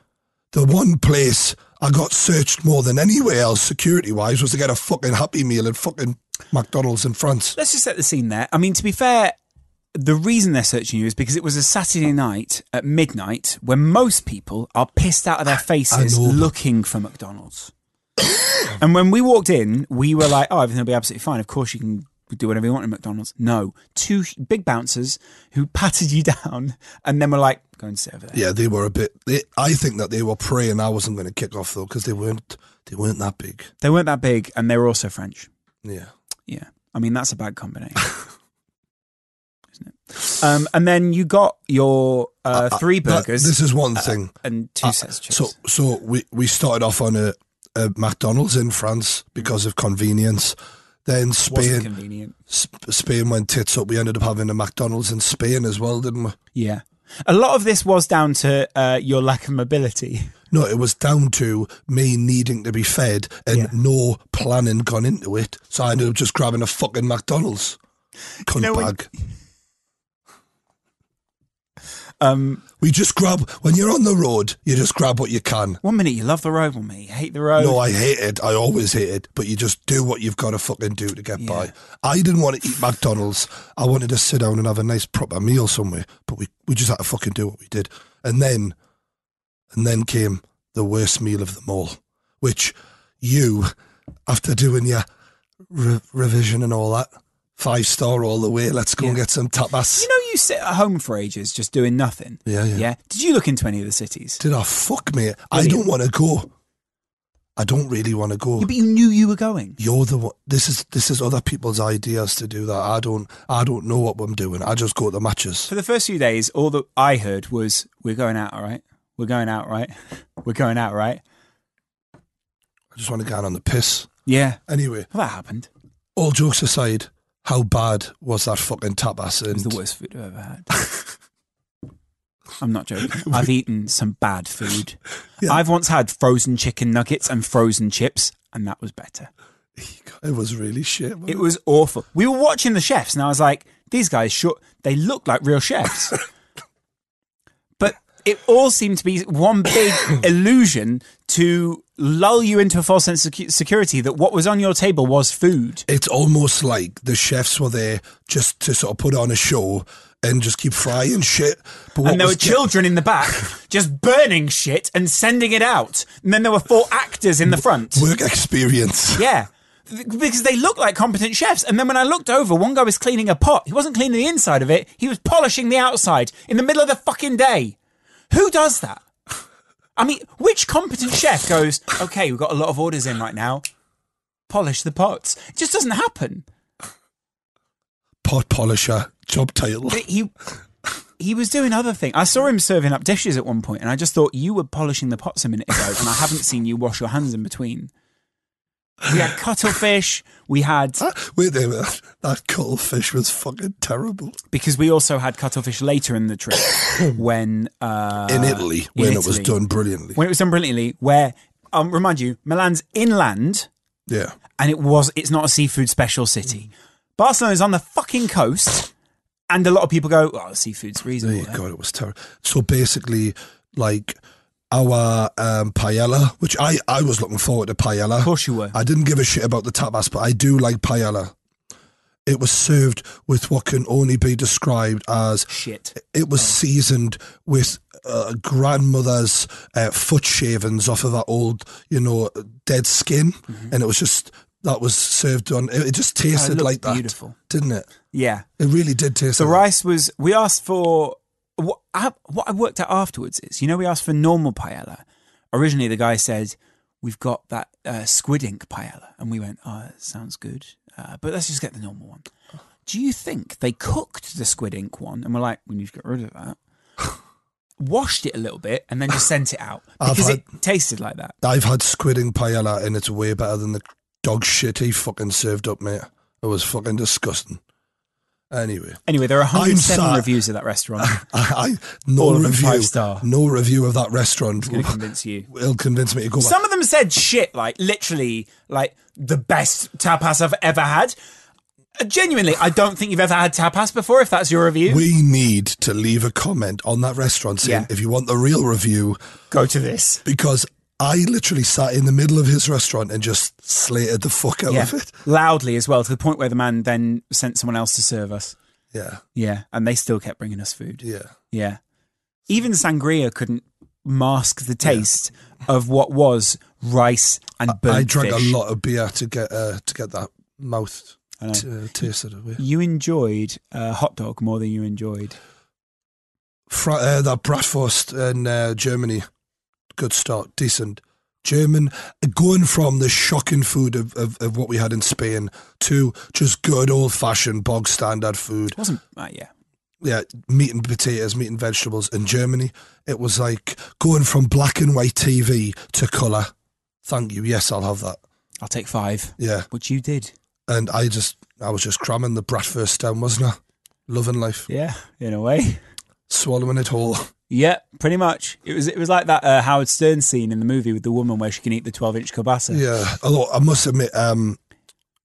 [SPEAKER 1] The one place I got searched more than anywhere else, security wise, was to get a fucking Happy Meal at fucking McDonald's in France.
[SPEAKER 2] Let's just set the scene there. I mean, to be fair, the reason they're searching you is because it was a Saturday night at midnight when most people are pissed out of their faces
[SPEAKER 1] know.
[SPEAKER 2] looking for McDonald's. and when we walked in, we were like, oh, everything will be absolutely fine. Of course, you can do whatever you want in McDonald's. No, two sh- big bouncers who patted you down and then were like, go and sit over there.
[SPEAKER 1] Yeah, they were a bit. They, I think that they were praying I wasn't going to kick off though, because they weren't. They weren't that big.
[SPEAKER 2] They weren't that big and they were also French.
[SPEAKER 1] Yeah.
[SPEAKER 2] Yeah. I mean, that's a bad combination. Isn't it? Um, and then you got your uh, three
[SPEAKER 1] That-
[SPEAKER 2] burgers
[SPEAKER 1] this is one thing.
[SPEAKER 2] and two sets of chips.
[SPEAKER 1] So, so we, we started off on a, a McDonald's in France because of convenience. Then
[SPEAKER 2] wasn't
[SPEAKER 1] Spain,
[SPEAKER 2] convenient.
[SPEAKER 1] Sp- Spain went tits up. We ended up having a McDonald's in Spain as well, didn't we?
[SPEAKER 2] Yeah. A lot of this was down to uh, your lack of mobility.
[SPEAKER 1] No, it was down to me needing to be fed and
[SPEAKER 2] Yeah.
[SPEAKER 1] no planning gone into it. So I ended up just grabbing a fucking McDonald's cunt
[SPEAKER 2] know, when-
[SPEAKER 1] bag.
[SPEAKER 2] Um,
[SPEAKER 1] We just grab when you're on the road, you just grab what you can.
[SPEAKER 2] one minute you love the road, one minute you hate the road.
[SPEAKER 1] No, I hate it. I always hate it. But you just do what you've got to fucking do to get by. I didn't want to eat McDonald's. I wanted to sit down and have a nice proper meal somewhere. But we, we just had to fucking do what we did. And then, and then came the worst meal of them all, which you, after doing your re- revision and all that, five star all the way. Let's go and get some tapas.
[SPEAKER 2] You know, you sit at home for ages just doing nothing.
[SPEAKER 1] yeah, yeah,
[SPEAKER 2] Yeah. Did you look into any of the cities?
[SPEAKER 1] Did I fuck, mate? I don't want to go. I don't really want to go.
[SPEAKER 2] Yeah, but you knew you were going.
[SPEAKER 1] You're the one. This is this is other people's ideas to do that. I don't. I don't know what I'm doing. I just go to the matches.
[SPEAKER 2] For the first few days, all that I heard was, "We're going out, all right. We're going out, right. We're going out, right."
[SPEAKER 1] I just want to get on the piss.
[SPEAKER 2] Yeah.
[SPEAKER 1] Anyway,
[SPEAKER 2] Well, that happened.
[SPEAKER 1] all jokes aside, how bad was that fucking tapas?
[SPEAKER 2] It was
[SPEAKER 1] And
[SPEAKER 2] the worst food I've ever had. I'm not joking. I've eaten some bad food. I've once had frozen chicken nuggets and frozen chips, and that was better.
[SPEAKER 1] it was really shit. wasn't
[SPEAKER 2] It was awful. We were watching the chefs, and I was like, these guys, sure, they look like real chefs. but it all seemed to be one big illusion to lull you into a false sense of secu- security that what was on your table was food.
[SPEAKER 1] it's almost like the chefs were there just to sort of put on a show and just keep frying shit. But what
[SPEAKER 2] and there were
[SPEAKER 1] was ge-
[SPEAKER 2] children in the back just burning shit and sending it out. And then there were four actors in the front.
[SPEAKER 1] work experience?
[SPEAKER 2] Yeah. Th- Because they look like competent chefs. And then when I looked over, one guy was cleaning a pot. He wasn't cleaning the inside of it, he was polishing the outside in the middle of the fucking day. Who does that? I mean, which competent chef goes, okay, we've got a lot of orders in right now, polish the pots? It just doesn't happen.
[SPEAKER 1] Pot polisher job title.
[SPEAKER 2] But he. He was doing other things. I saw him serving up dishes at one point, and I just thought you were polishing the pots a minute ago, and I haven't seen you wash your hands in between. We had cuttlefish. We had
[SPEAKER 1] Ah, Wait there, that, that cuttlefish was fucking terrible
[SPEAKER 2] because we also had cuttlefish later in the trip when uh,
[SPEAKER 1] in Italy
[SPEAKER 2] in
[SPEAKER 1] when it was
[SPEAKER 2] Italy.
[SPEAKER 1] done brilliantly.
[SPEAKER 2] when it was done brilliantly. Where um, remind you, Milan's inland,
[SPEAKER 1] yeah,
[SPEAKER 2] and it was it's not a seafood special city. Barcelona's on the fucking coast, and a lot of people go, "Oh, seafood's reasonable."
[SPEAKER 1] Oh, God, it was terrible. So basically, like our um, paella, which I I was looking forward to paella.
[SPEAKER 2] Of course you were.
[SPEAKER 1] I didn't give a shit about the tapas, but I do like paella. It was served with what can only be described as
[SPEAKER 2] Shit.
[SPEAKER 1] it was seasoned with uh, grandmother's uh, foot shavings off of that old, you know, dead skin, and it was just that was served on. It, it just tasted
[SPEAKER 2] Mm-hmm. looked
[SPEAKER 1] like that,
[SPEAKER 2] beautiful.
[SPEAKER 1] didn't it?
[SPEAKER 2] Yeah.
[SPEAKER 1] It really did taste.
[SPEAKER 2] The
[SPEAKER 1] like
[SPEAKER 2] rice was. We asked for what I, what I worked out afterwards is you know we asked for normal paella. Originally, the guy said we've got that uh, squid ink paella, and we went, "Oh, that sounds good," uh, but let's just get the normal one. Do you think they cooked the squid ink one, and we're like, we need to get rid of that? Washed it a little bit and then just sent it out
[SPEAKER 1] I've
[SPEAKER 2] because it tasted like that.
[SPEAKER 1] I've had squid in paella and it's way better than the dog shit he fucking served up, mate. It was fucking disgusting. Anyway,
[SPEAKER 2] Anyway, there are 107
[SPEAKER 1] sad.
[SPEAKER 2] reviews of that restaurant.
[SPEAKER 1] I, I no
[SPEAKER 2] All of them
[SPEAKER 1] review,
[SPEAKER 2] five star.
[SPEAKER 1] no review of that restaurant
[SPEAKER 2] Going to convince you.
[SPEAKER 1] will convince me to go back.
[SPEAKER 2] Some of them said shit, like literally, like the best tapas I've ever had. Uh, Genuinely, I don't think you've ever had tapas before. If that's your review,
[SPEAKER 1] we need to leave a comment on that restaurant saying
[SPEAKER 2] Yeah.
[SPEAKER 1] if you want the real review
[SPEAKER 2] go to this.
[SPEAKER 1] because I literally sat in the middle of his restaurant and just slated the fuck out
[SPEAKER 2] Yeah,
[SPEAKER 1] of it.
[SPEAKER 2] loudly as well, to the point where the man then sent someone else to serve us.
[SPEAKER 1] Yeah,
[SPEAKER 2] Yeah, and they still kept bringing us food.
[SPEAKER 1] yeah.
[SPEAKER 2] Yeah, even sangria couldn't mask the taste of what was rice and burnt
[SPEAKER 1] I drank
[SPEAKER 2] fish.
[SPEAKER 1] a lot of beer to get uh, to get that mouth
[SPEAKER 2] I know.
[SPEAKER 1] t- uh, tasted away.
[SPEAKER 2] You enjoyed uh, hot dog more than you enjoyed.
[SPEAKER 1] Fra- uh, that Bratwurst in uh, Germany. Good start, decent. German, going from the shocking food of, of, of what we had in Spain to just good old fashioned bog standard food.
[SPEAKER 2] It wasn't. Uh, yeah,
[SPEAKER 1] Yeah, meat and potatoes, meat and vegetables. In Germany, it was like going from black and white TV to colour. Thank you. Yes, I'll have that.
[SPEAKER 2] I'll take five,
[SPEAKER 1] Yeah.
[SPEAKER 2] which you did.
[SPEAKER 1] And I just, I was just cramming the Bratwurst down, wasn't I? Loving life,
[SPEAKER 2] Yeah, in a way.
[SPEAKER 1] swallowing it whole.
[SPEAKER 2] Yeah, pretty much. It was it was like that uh, Howard Stern scene in the movie with the woman where she can eat the twelve inch kielbasa.
[SPEAKER 1] Yeah, although I must admit, um,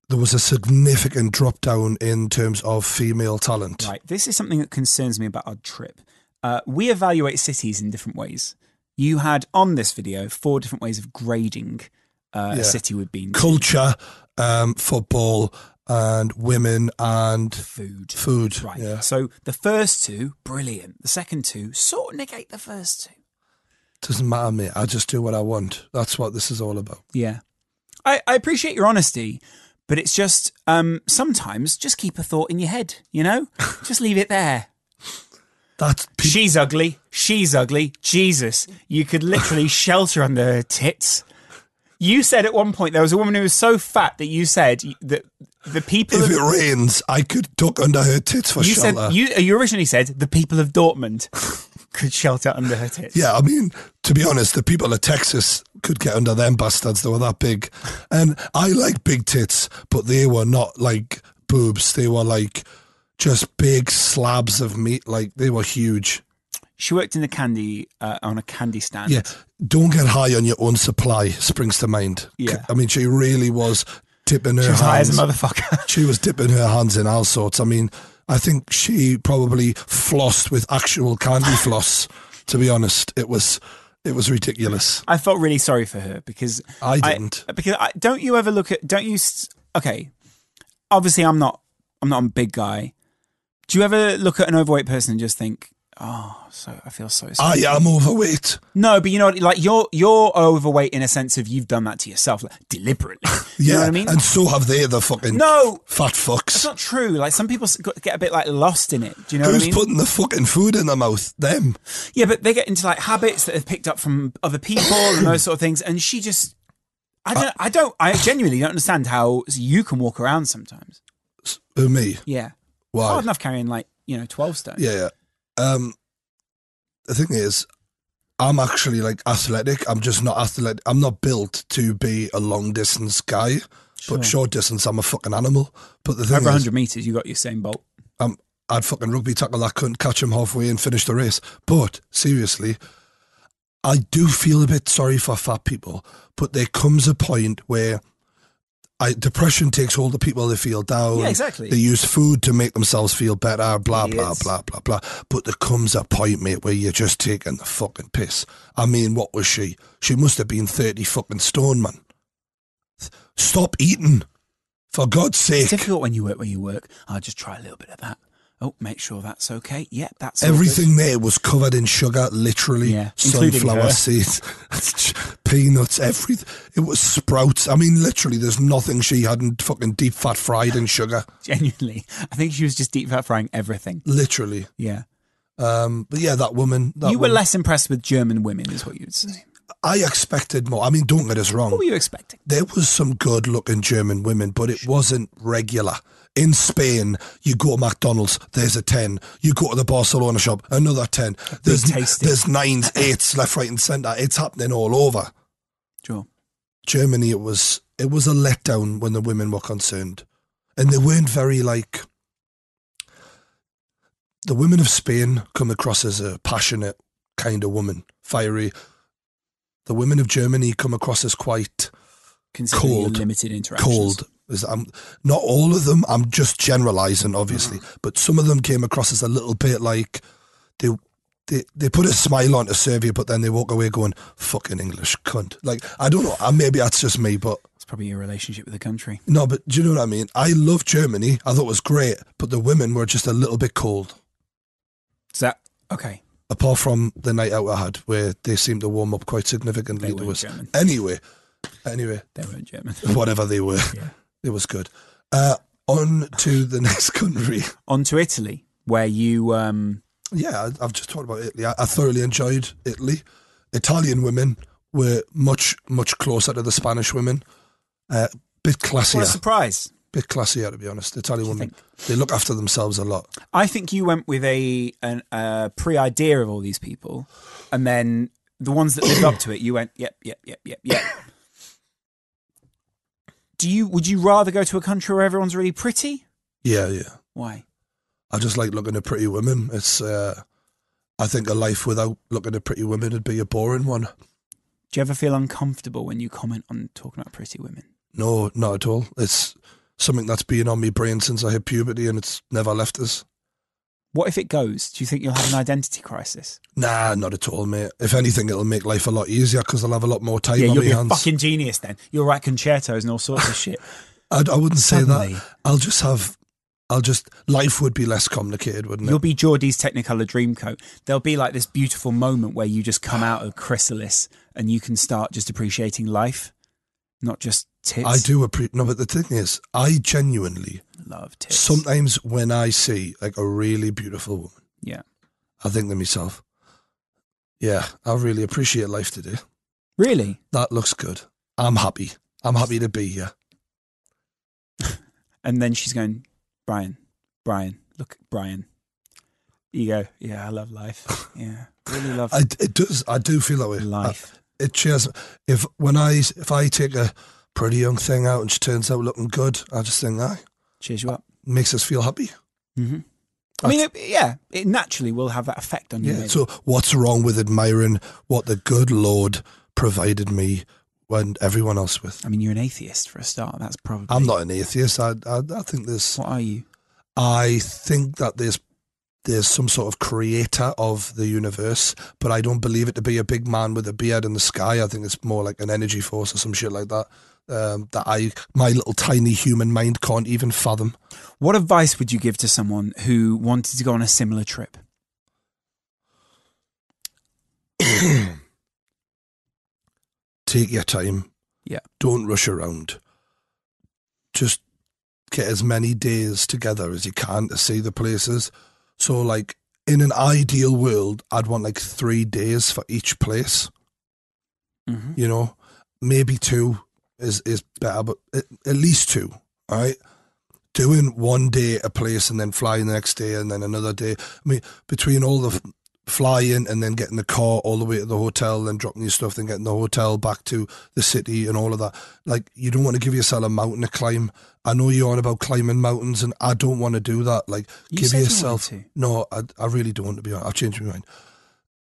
[SPEAKER 1] there was a significant drop down in terms of female talent.
[SPEAKER 2] Right. This is something that concerns me about our trip. Uh, we evaluate cities in different ways. You had on this video four different ways of grading uh,
[SPEAKER 1] Yeah.
[SPEAKER 2] a city we've been to.
[SPEAKER 1] Culture, um, football, and women and
[SPEAKER 2] Food.
[SPEAKER 1] food.
[SPEAKER 2] Right.
[SPEAKER 1] Yeah.
[SPEAKER 2] So the first two, brilliant. The second two sort of negate the first two.
[SPEAKER 1] Doesn't matter, mate. I just do what I want. That's what this is all about.
[SPEAKER 2] Yeah. I, I appreciate your honesty, but it's just um, sometimes just keep a thought in your head, you know? just leave it there.
[SPEAKER 1] That's pe-
[SPEAKER 2] She's ugly. She's ugly. Jesus. You could literally shelter under her tits. You said at one point there was a woman who was so fat that you said that the people
[SPEAKER 1] if
[SPEAKER 2] of,
[SPEAKER 1] it rains, I could duck under her tits for
[SPEAKER 2] you said
[SPEAKER 1] shelter.
[SPEAKER 2] you you originally said the people of Dortmund could shelter under her tits.
[SPEAKER 1] yeah, I mean, to be honest, the people of Texas could get under them bastards. They were that big, and I like big tits, but they were not like boobs. They were like just big slabs of meat. Like they were huge.
[SPEAKER 2] She worked in a candy uh, on a candy stand.
[SPEAKER 1] Yeah, don't get high on your own supply. Springs to mind.
[SPEAKER 2] Yeah.
[SPEAKER 1] I mean, she really was dipping her
[SPEAKER 2] She was high as
[SPEAKER 1] hands.
[SPEAKER 2] a motherfucker.
[SPEAKER 1] she was dipping her hands in all sorts. I mean, I think she probably flossed with actual candy floss. To be honest, it was it was ridiculous.
[SPEAKER 2] I felt really sorry for her because
[SPEAKER 1] I didn't.
[SPEAKER 2] because I, don't you ever look at don't you s- okay? Obviously, I'm not I'm not a big guy. Do you ever look at an overweight person and just think, oh, so I feel so sorry?
[SPEAKER 1] I am overweight.
[SPEAKER 2] no, but you know, what, like you're you're overweight in a sense of you've done that to yourself like, deliberately. You
[SPEAKER 1] Yeah,
[SPEAKER 2] know what I mean?
[SPEAKER 1] and so have they. The fucking
[SPEAKER 2] no,
[SPEAKER 1] fat
[SPEAKER 2] it's
[SPEAKER 1] fucks.
[SPEAKER 2] not true. Like some people s- got- get a bit like lost in it. Do you know what
[SPEAKER 1] Who's
[SPEAKER 2] I mean?
[SPEAKER 1] putting the fucking food in their mouth? Them.
[SPEAKER 2] Yeah, but they get into like habits that they've picked up from other people and those sort of things. And she just, I
[SPEAKER 1] Uh,
[SPEAKER 2] don't, I don't, I genuinely don't understand how you can walk around sometimes.
[SPEAKER 1] Who me?
[SPEAKER 2] Yeah,
[SPEAKER 1] Why?
[SPEAKER 2] hard enough carrying like you know twelve stone.
[SPEAKER 1] Yeah, yeah. Um, the thing is, I'm actually like athletic. I'm just not athletic. I'm not built to be a long distance guy.
[SPEAKER 2] Sure.
[SPEAKER 1] But short distance, I'm a fucking animal. But the thing
[SPEAKER 2] over
[SPEAKER 1] is,
[SPEAKER 2] hundred meters, you got your same bolt.
[SPEAKER 1] um, I'd fucking rugby tackle. I couldn't catch him halfway and finish the race. But seriously, I do feel a bit sorry for fat people. But there comes a point where I, depression takes hold of people. They feel down.
[SPEAKER 2] Yeah, exactly.
[SPEAKER 1] They use food to make themselves feel better. Blah blah
[SPEAKER 2] Idiots.
[SPEAKER 1] blah blah blah. But there comes a point, mate, where you're just taking the fucking piss. I mean, what was she? She must have been thirty fucking stone, man. Stop eating, for God's
[SPEAKER 2] It's
[SPEAKER 1] sake.
[SPEAKER 2] difficult when you work where you work. I'll just try a little bit of that. Oh, make sure that's okay. Yeah, that's all good.
[SPEAKER 1] Everything there was covered in sugar, literally.
[SPEAKER 2] Yeah, including her.
[SPEAKER 1] Sunflower seeds, peanuts, everything. It was sprouts. I mean, literally, there's nothing she hadn't fucking deep fat fried in sugar.
[SPEAKER 2] Genuinely, I think she was just deep fat frying everything.
[SPEAKER 1] Literally.
[SPEAKER 2] Yeah,
[SPEAKER 1] Um, but yeah, that woman. That
[SPEAKER 2] you were
[SPEAKER 1] woman-
[SPEAKER 2] less impressed with German women, is what you'd say.
[SPEAKER 1] I expected more. I mean, don't get us wrong.
[SPEAKER 2] What were you expecting?
[SPEAKER 1] there was some good looking German women, but it wasn't regular. In Spain, you go to McDonald's, there's a 10. You go to the Barcelona shop, another 10. There's,
[SPEAKER 2] tasty.
[SPEAKER 1] there's nines, eights, left, right, and centre. It's happening all over.
[SPEAKER 2] Sure.
[SPEAKER 1] Germany, it was it was a letdown when the women were concerned, and they weren't very like. The women of Spain come across as a passionate kind of woman, fiery. The women of Germany come across as quite
[SPEAKER 2] Considering your
[SPEAKER 1] Cold.
[SPEAKER 2] limited interactions.
[SPEAKER 1] cold. Is- I'm not all of them. I'm just generalizing, obviously, but some of them came across as a little bit like they. They, they put a smile on to serve you, but then they walk away going, fucking English cunt. Like, I don't know. uh, Maybe that's just me, but
[SPEAKER 2] It's probably your relationship with the country.
[SPEAKER 1] No, but do you know what I mean? I love Germany. I thought it was great, but the women were just a little bit cold.
[SPEAKER 2] Is that okay?
[SPEAKER 1] Apart from the night out I had, where they seemed to warm up quite significantly.
[SPEAKER 2] They
[SPEAKER 1] to
[SPEAKER 2] weren't
[SPEAKER 1] us.
[SPEAKER 2] German.
[SPEAKER 1] Anyway, anyway,
[SPEAKER 2] They weren't German.
[SPEAKER 1] whatever they were,
[SPEAKER 2] Yeah.
[SPEAKER 1] it was good. Uh, on to the next country.
[SPEAKER 2] On to Italy, where you um,
[SPEAKER 1] Yeah, I- I've just talked about Italy. I, I thoroughly enjoyed Italy. Italian women were much much closer to the Spanish women. Uh, bit
[SPEAKER 2] what a
[SPEAKER 1] classier,
[SPEAKER 2] surprise!
[SPEAKER 1] bit classier to be honest. Italian women they look after themselves a lot.
[SPEAKER 2] I think you went with a an, a pre-idea of all these people, and then the ones that lived up to it, you went yep, yep, yep, yep, yep. Do you? Would you rather go to a country where everyone's really pretty?
[SPEAKER 1] Yeah, yeah.
[SPEAKER 2] Why?
[SPEAKER 1] I just like looking at pretty women. It's uh, I think a life without looking at pretty women would be a boring one.
[SPEAKER 2] Do you ever feel uncomfortable when you comment on talking about pretty women?
[SPEAKER 1] No, not at all. It's something that's been on my brain since I hit puberty, and it's never left us.
[SPEAKER 2] What if it goes? Do you think you'll have an identity crisis?
[SPEAKER 1] Nah, not at all, mate. If anything, it'll make life a lot easier because I'll have a lot more time
[SPEAKER 2] yeah,
[SPEAKER 1] on
[SPEAKER 2] you'll
[SPEAKER 1] my
[SPEAKER 2] be a
[SPEAKER 1] hands.
[SPEAKER 2] fucking genius then. You'll write concertos and all sorts of shit.
[SPEAKER 1] I, I wouldn't say
[SPEAKER 2] Suddenly.
[SPEAKER 1] that. I'll just have I'll just life would be less complicated, wouldn't it?
[SPEAKER 2] You'll be Geordie's Technicolor Dreamcoat. There'll be like this beautiful moment where you just come out of Chrysalis and you can start just appreciating life, not just tits.
[SPEAKER 1] I do appreciate. No, but the thing is, I genuinely
[SPEAKER 2] love tits.
[SPEAKER 1] sometimes when I see like a really beautiful woman,
[SPEAKER 2] yeah.
[SPEAKER 1] I think to myself, yeah, I really appreciate life today.
[SPEAKER 2] Really?
[SPEAKER 1] That looks good. I'm happy. I'm happy to be here.
[SPEAKER 2] And then she's going, Brian, Brian, look, Brian. You go, yeah, I love life. Yeah, really love
[SPEAKER 1] I, it does. I do feel that way.
[SPEAKER 2] life.
[SPEAKER 1] I- it cheers. me. If when I if I take a pretty young thing out and she turns out looking good, I just think that
[SPEAKER 2] Cheers you up.
[SPEAKER 1] makes us feel happy.
[SPEAKER 2] hmm I mean, it, yeah, it naturally will have that effect on you.
[SPEAKER 1] Yeah.
[SPEAKER 2] maybe.
[SPEAKER 1] So what's wrong with admiring what the good Lord provided me and everyone else with?
[SPEAKER 2] I mean, you're an atheist for a start. That's probably.
[SPEAKER 1] I'm not an atheist. I, I I think there's
[SPEAKER 2] What are you?
[SPEAKER 1] I think that there's there's some sort of creator of the universe, but I don't believe it to be a big man with a beard in the sky. I think it's more like an energy force or some shit like that. Um, that I my little tiny human mind can't even fathom.
[SPEAKER 2] What advice would you give to someone who wanted to go on a similar trip?
[SPEAKER 1] Take your time.
[SPEAKER 2] Yeah.
[SPEAKER 1] Don't rush around. Just get as many days together as you can to see the places. So like in an ideal world, I'd want like three days for each place.
[SPEAKER 2] Mm-hmm.
[SPEAKER 1] you know maybe two is is better but at, at least two all right doing one day a place and then flying the next day and then another day i mean between all the f- flying and then getting the car all the way to the hotel then dropping your stuff then getting the hotel back to the city and all of that like you don't want to give yourself a mountain to climb i know you're on about climbing mountains and i don't want to do that like
[SPEAKER 2] You
[SPEAKER 1] give
[SPEAKER 2] said you wanted
[SPEAKER 1] yourself
[SPEAKER 2] to.
[SPEAKER 1] no I, I really don't want to be honest i've changed my mind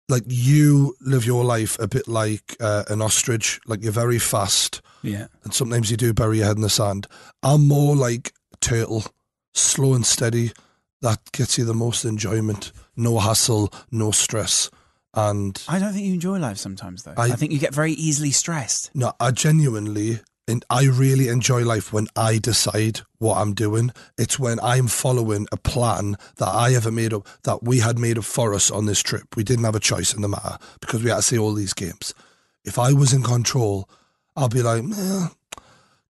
[SPEAKER 1] like you live your life a bit like uh, an ostrich, like you're very fast,
[SPEAKER 2] Yeah.
[SPEAKER 1] and sometimes you do bury your head in the sand. I'm more like turtle, slow and steady. That gets you the most enjoyment, no hassle, no stress, and
[SPEAKER 2] I don't think you enjoy life sometimes, though. I,
[SPEAKER 1] I-
[SPEAKER 2] think you get very easily stressed.
[SPEAKER 1] No, I genuinely and I really enjoy life when I decide what I'm doing. It's when I'm following a plan that I ever made up that we had made up for us on this trip. We didn't have a choice in the matter because we had to see all these games. If I was in control, I'd be like, eh,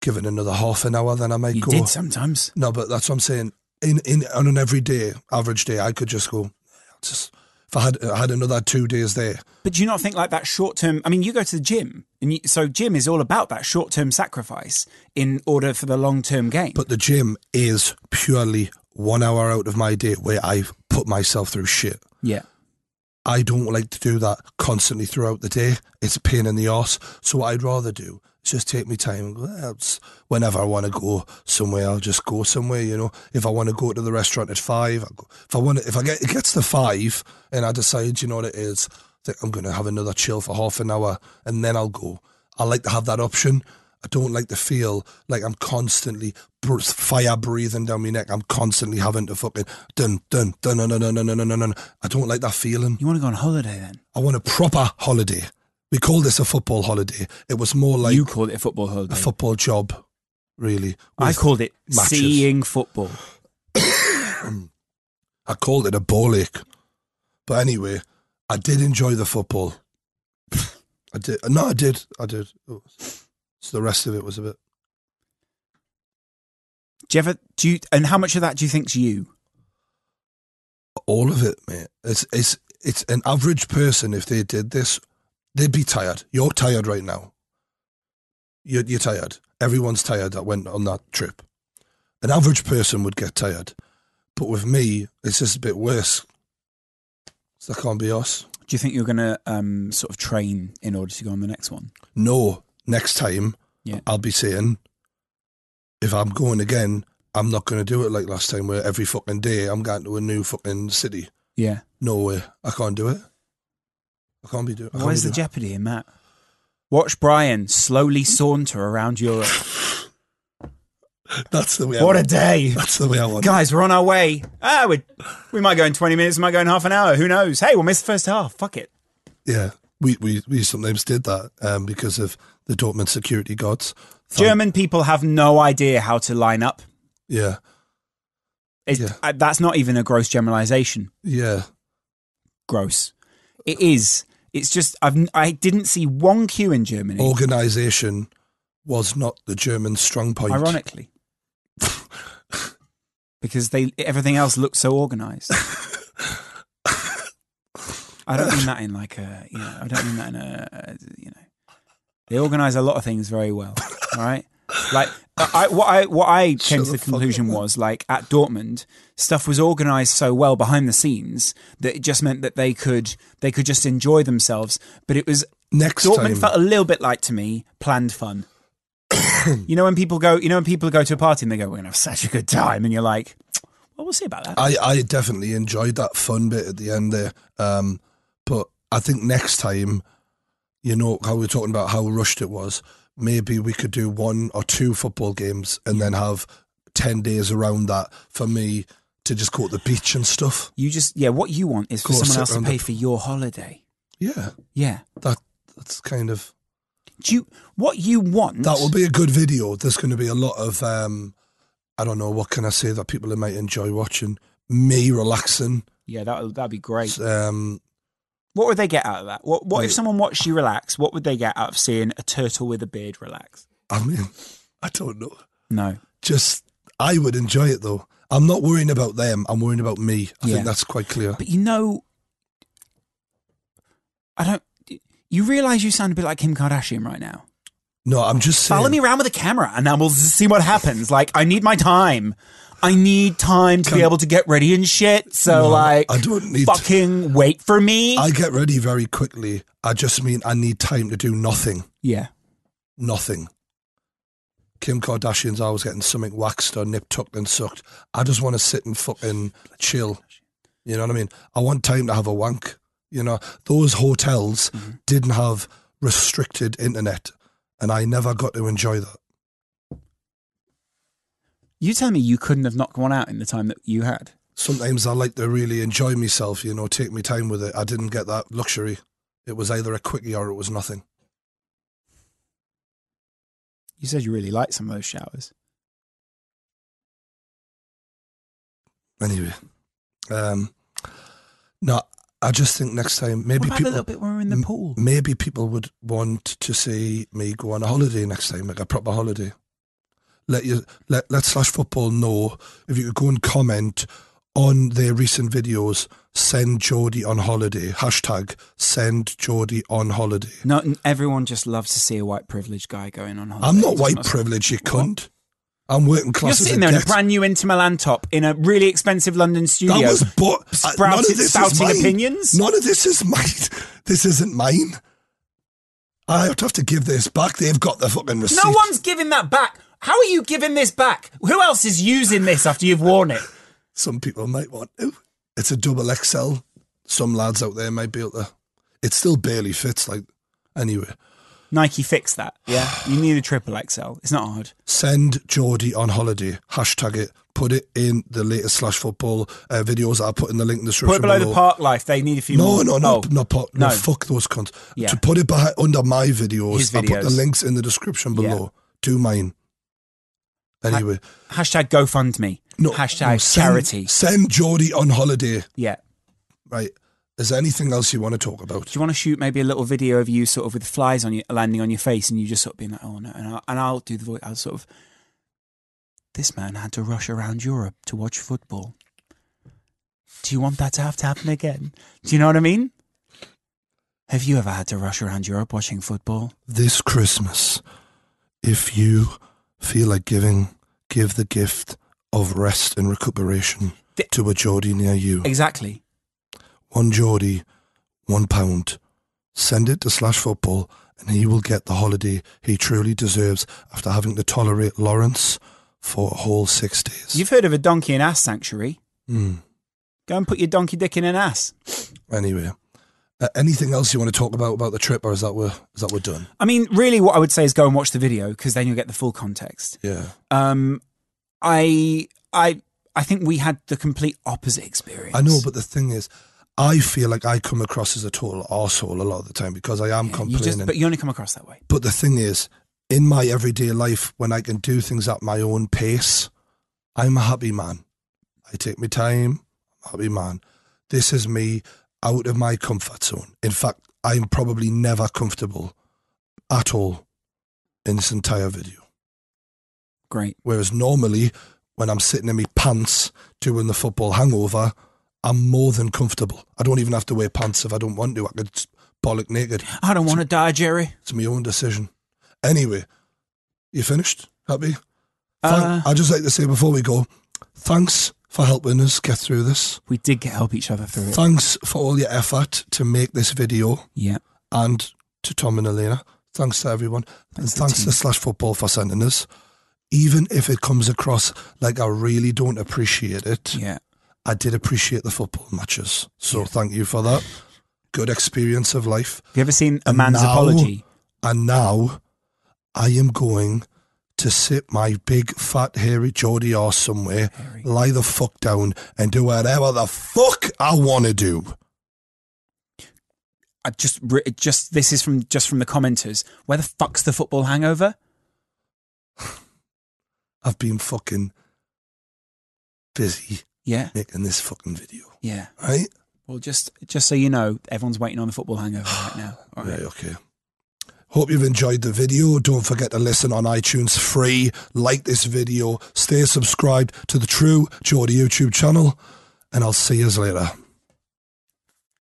[SPEAKER 1] give it another half an hour, then I might
[SPEAKER 2] You
[SPEAKER 1] go.
[SPEAKER 2] did sometimes.
[SPEAKER 1] No, but that's what I'm saying. In in on an everyday average day, I could just go. Just if I had I had another two days there,
[SPEAKER 2] But do you not think like that short term? I mean, you go to the gym, and you, so gym is all about that short term sacrifice in order for the long term gain.
[SPEAKER 1] But the gym is purely one hour out of my day where I put myself through shit.
[SPEAKER 2] yeah.
[SPEAKER 1] I don't like to do that constantly throughout the day. It's a pain in the arse. So what I'd rather do is just take my time and go, "Eh, it's- whenever I want to go somewhere, I'll just go somewhere, you know. If I want to go to the restaurant at five, I go, if I want to, if I get, it gets to five and I decide, you know what it is, I think I'm going to have another chill for half an hour and then I'll go. I like to have that option. I don't like to feel like I'm constantly br- fire breathing down my neck. I'm constantly having to fucking dun dun dun dun dun dun dun dun dun. dun. I don't like that feeling.
[SPEAKER 2] You want to go on holiday then?
[SPEAKER 1] I want a proper holiday. We call this a football holiday. It was more like
[SPEAKER 2] you called it a football holiday.
[SPEAKER 1] a football job, really.
[SPEAKER 2] I
[SPEAKER 1] With-
[SPEAKER 2] called it
[SPEAKER 1] matches.
[SPEAKER 2] seeing football.
[SPEAKER 1] I called it a ball ache. But anyway, I did enjoy the football. I did. No, I did. I did. So the rest of it was a bit.
[SPEAKER 2] Do you ever do? You, and how much of that do you think's you?
[SPEAKER 1] All of it, mate. It's it's it's an average person. If they did this, they'd be tired. You're tired right now. You're, you're tired. Everyone's tired that went on that trip. An average person would get tired, but with me, it's just a bit worse. So that can't be us.
[SPEAKER 2] Do you think you're going to um, sort of train in order to go on the next one?
[SPEAKER 1] No, next time
[SPEAKER 2] Yeah.
[SPEAKER 1] I'll be saying, if I'm going again, I'm not going to do it like last time, where every fucking day I'm going to a new fucking city.
[SPEAKER 2] Yeah.
[SPEAKER 1] No way. I can't do it. I can't be doing. I can't
[SPEAKER 2] Where's
[SPEAKER 1] be
[SPEAKER 2] the
[SPEAKER 1] doing-
[SPEAKER 2] jeopardy in that? Watch Brian slowly saunter around Europe.
[SPEAKER 1] That's the way. I
[SPEAKER 2] what a
[SPEAKER 1] want-
[SPEAKER 2] day!
[SPEAKER 1] That's the way I want. it.
[SPEAKER 2] Guys, we're on our way. Ah, we we might go in twenty minutes. We might go in half an hour. Who knows? Hey, we'll miss the first half. Fuck it.
[SPEAKER 1] Yeah, we, we we sometimes did that um, because of the Dortmund security guards. Thank-
[SPEAKER 2] German people have no idea how to line up.
[SPEAKER 1] Yeah,
[SPEAKER 2] It,
[SPEAKER 1] Yeah.
[SPEAKER 2] I, that's not even a gross generalization.
[SPEAKER 1] Yeah.
[SPEAKER 2] Gross. It is. It's just I've n- I didn't see one queue in Germany.
[SPEAKER 1] Organisation was not the German strong point.
[SPEAKER 2] ironically, because they everything else looked so organised. I don't mean that in like a you know. I don't mean that in a, a you know. They organise a lot of things very well. All right. Like I, what I what I came
[SPEAKER 1] Shut
[SPEAKER 2] to
[SPEAKER 1] the
[SPEAKER 2] the
[SPEAKER 1] fuck
[SPEAKER 2] conclusion
[SPEAKER 1] up, man.
[SPEAKER 2] was like at Dortmund, stuff was organised so well behind the scenes that it just meant that they could they could just enjoy themselves. But it was
[SPEAKER 1] Next
[SPEAKER 2] Dortmund
[SPEAKER 1] time.
[SPEAKER 2] felt a little bit like to me planned fun. you know when people go, you know when people go to a party and they go, "We're gonna have such a good time," and you're like, "Well, we'll see about that."
[SPEAKER 1] I, I definitely enjoyed that fun bit at the end there. Um, but I think next time, you know, how we are talking about how rushed it was, maybe we could do one or two football games and then have 10 days around that for me to just go to the beach and stuff.
[SPEAKER 2] You just yeah, what you want is for
[SPEAKER 1] Go sit
[SPEAKER 2] someone else to
[SPEAKER 1] round
[SPEAKER 2] pay
[SPEAKER 1] the-
[SPEAKER 2] for your holiday.
[SPEAKER 1] Yeah,
[SPEAKER 2] Yeah.
[SPEAKER 1] that that's kind of.
[SPEAKER 2] Do you what you want?
[SPEAKER 1] That will be a good video. There's going to be a lot of, um, I don't know, what can I say that people might enjoy watching? Me relaxing.
[SPEAKER 2] yeah, that that'd be great.
[SPEAKER 1] Um,
[SPEAKER 2] What would they get out of that? What what if
[SPEAKER 1] Yeah.
[SPEAKER 2] someone watched you relax? What would they get out of seeing a turtle with a beard relax?
[SPEAKER 1] I mean, I don't know.
[SPEAKER 2] No.
[SPEAKER 1] just I would enjoy it though. I'm not worrying about them. I'm worrying about me. I
[SPEAKER 2] Yeah.
[SPEAKER 1] think that's quite clear.
[SPEAKER 2] But you know, I don't. You realize you sound a bit like Kim Kardashian right now.
[SPEAKER 1] No, I'm just saying.
[SPEAKER 2] Follow me around with a camera and then we'll see what happens. Like, I need my time. I need time to be
[SPEAKER 1] Can-
[SPEAKER 2] able to get ready and shit. So,
[SPEAKER 1] No,
[SPEAKER 2] like,
[SPEAKER 1] I don't need to-
[SPEAKER 2] fucking wait for me.
[SPEAKER 1] I get ready very quickly. I just mean I need time to do nothing.
[SPEAKER 2] yeah.
[SPEAKER 1] Nothing. Kim Kardashian's always getting something waxed or nip tucked and sucked. I just want to sit and fucking chill. You know what I mean? I want time to have a wank. You know, those hotels
[SPEAKER 2] Mm-hmm.
[SPEAKER 1] didn't have restricted internet, and I never got to enjoy that.
[SPEAKER 2] You tell me you couldn't have knocked one out in the time that you had.
[SPEAKER 1] sometimes I like to really enjoy myself, you know, take my time with it. I didn't get that luxury. It was either a quickie or it was nothing.
[SPEAKER 2] You said you really liked some of those showers.
[SPEAKER 1] Anyway, um, no, I just think next time maybe
[SPEAKER 2] What about the
[SPEAKER 1] people
[SPEAKER 2] little bit when we were in the
[SPEAKER 1] m-
[SPEAKER 2] pool?
[SPEAKER 1] maybe people would want to see me go on a holiday next time, like a proper holiday. Let you let let slash football know if you could go and comment on their recent videos. Send Jody on holiday hashtag Send Jody on holiday.
[SPEAKER 2] No, n- everyone just loves to see a white privileged guy going on holiday.
[SPEAKER 1] I'm not
[SPEAKER 2] It's
[SPEAKER 1] white
[SPEAKER 2] not-
[SPEAKER 1] privileged, you cunt. I'm working
[SPEAKER 2] You're
[SPEAKER 1] class. as
[SPEAKER 2] sitting
[SPEAKER 1] it
[SPEAKER 2] there in a
[SPEAKER 1] gets.
[SPEAKER 2] brand new Inter Milan top in a really expensive London studio.
[SPEAKER 1] That was but
[SPEAKER 2] Sprouted- spouting opinions?
[SPEAKER 1] None of this is mine. This isn't mine. I would have to give this back. They've got the fucking receipt.
[SPEAKER 2] No one's giving that back. How are you giving this back? Who else is using this after you've worn it?
[SPEAKER 1] Some people might want to. It's a double XL. Some lads out there might be able to. It still barely fits. Like anyway,
[SPEAKER 2] Nike fixed that. Yeah, you need a triple XL. It's not hard.
[SPEAKER 1] send Geordie on holiday. Hashtag it. Put it in the latest slash football uh, videos that I put in the link in the description
[SPEAKER 2] Put it below the
[SPEAKER 1] below.
[SPEAKER 2] park life. They need a few
[SPEAKER 1] No,
[SPEAKER 2] more.
[SPEAKER 1] no, no,
[SPEAKER 2] Oh,
[SPEAKER 1] no, po- no,
[SPEAKER 2] no.
[SPEAKER 1] Fuck those cunts.
[SPEAKER 2] Yeah.
[SPEAKER 1] To put it behind, under my videos,
[SPEAKER 2] His
[SPEAKER 1] I put the
[SPEAKER 2] videos.
[SPEAKER 1] links in the description
[SPEAKER 2] Yeah.
[SPEAKER 1] below. Do mine. Anyway,
[SPEAKER 2] Hashtag GoFundMe.
[SPEAKER 1] no.
[SPEAKER 2] Hashtag
[SPEAKER 1] no, send-
[SPEAKER 2] charity.
[SPEAKER 1] Send Geordie on holiday.
[SPEAKER 2] Yeah.
[SPEAKER 1] Right. Is there anything else you want to talk about?
[SPEAKER 2] Do you want to shoot maybe a little video of you sort of with flies on you landing on your face and you just sort of being like, oh no, and I'll, and I'll do the voice. I'll sort of. This man had to rush around Europe to watch football. Do you want that to have to happen again? Do you know what I mean? Have you ever had to rush around Europe watching football?
[SPEAKER 1] This Christmas, if you feel like giving, give the gift of rest and recuperation
[SPEAKER 2] The-
[SPEAKER 1] to a Geordie near you.
[SPEAKER 2] Exactly.
[SPEAKER 1] One Geordie, one pound. Send it to slash football and he will get the holiday he truly deserves after having to tolerate Lawrence for a whole six days.
[SPEAKER 2] You've heard of a donkey and ass sanctuary.
[SPEAKER 1] Hmm.
[SPEAKER 2] Go and put your donkey dick in an ass.
[SPEAKER 1] Anyway, uh, anything else you want to talk about about the trip or is that we're, is that we're done?
[SPEAKER 2] I mean, really, what I would say is go and watch the video because then you'll get the full context.
[SPEAKER 1] Yeah.
[SPEAKER 2] Um, I, I, I think we had the complete opposite experience.
[SPEAKER 1] I know, but the thing is, I feel like I come across as a total arsehole a lot of the time because I am
[SPEAKER 2] you
[SPEAKER 1] complaining.
[SPEAKER 2] just, but you only come across that way.
[SPEAKER 1] But the thing is, in my everyday life, when I can do things at my own pace, I'm a happy man. I take my time. I'm happy man. This is me out of my comfort zone. In fact, I'm probably never comfortable at all in this entire video.
[SPEAKER 2] Great.
[SPEAKER 1] Whereas normally, when I'm sitting in my pants doing the football hangover, I'm more than comfortable. I don't even have to wear pants if I don't want to. I could just bollock naked.
[SPEAKER 2] I don't want to die, Jerry.
[SPEAKER 1] It's my own decision. Anyway, you finished? Happy?
[SPEAKER 2] Uh,
[SPEAKER 1] Thank- I'd just like to say before we go, thanks for helping us get through this.
[SPEAKER 2] we did get help each other through it.
[SPEAKER 1] Thanks for all your effort to make this video
[SPEAKER 2] Yeah.
[SPEAKER 1] and to Tom and Elena. Thanks to everyone. and
[SPEAKER 2] Thanks to the
[SPEAKER 1] thanks to
[SPEAKER 2] team.
[SPEAKER 1] Slash Football for sending this. Even if it comes across like I really don't appreciate it,
[SPEAKER 2] Yeah.
[SPEAKER 1] I did appreciate the football matches. So thank you for that. Good experience of life.
[SPEAKER 2] Have you ever seen a
[SPEAKER 1] And
[SPEAKER 2] man's
[SPEAKER 1] now-
[SPEAKER 2] apology?
[SPEAKER 1] And now I am going to sit my big, fat, hairy Geordie arse somewhere, lie the fuck down, and do whatever the fuck I want to do.
[SPEAKER 2] I just, re- just this is from just from the commenters. Where the fuck's the football hangover?
[SPEAKER 1] I've been fucking busy
[SPEAKER 2] Yeah,
[SPEAKER 1] making this fucking video,
[SPEAKER 2] yeah.
[SPEAKER 1] right?
[SPEAKER 2] Well, just just so you know, everyone's waiting on the football hangover right now. All right.
[SPEAKER 1] Right, okay. Hope you've enjoyed the video. Don't forget to listen on iTunes free. Like this video. Stay subscribed to the True Geordie YouTube channel. And I'll see you later.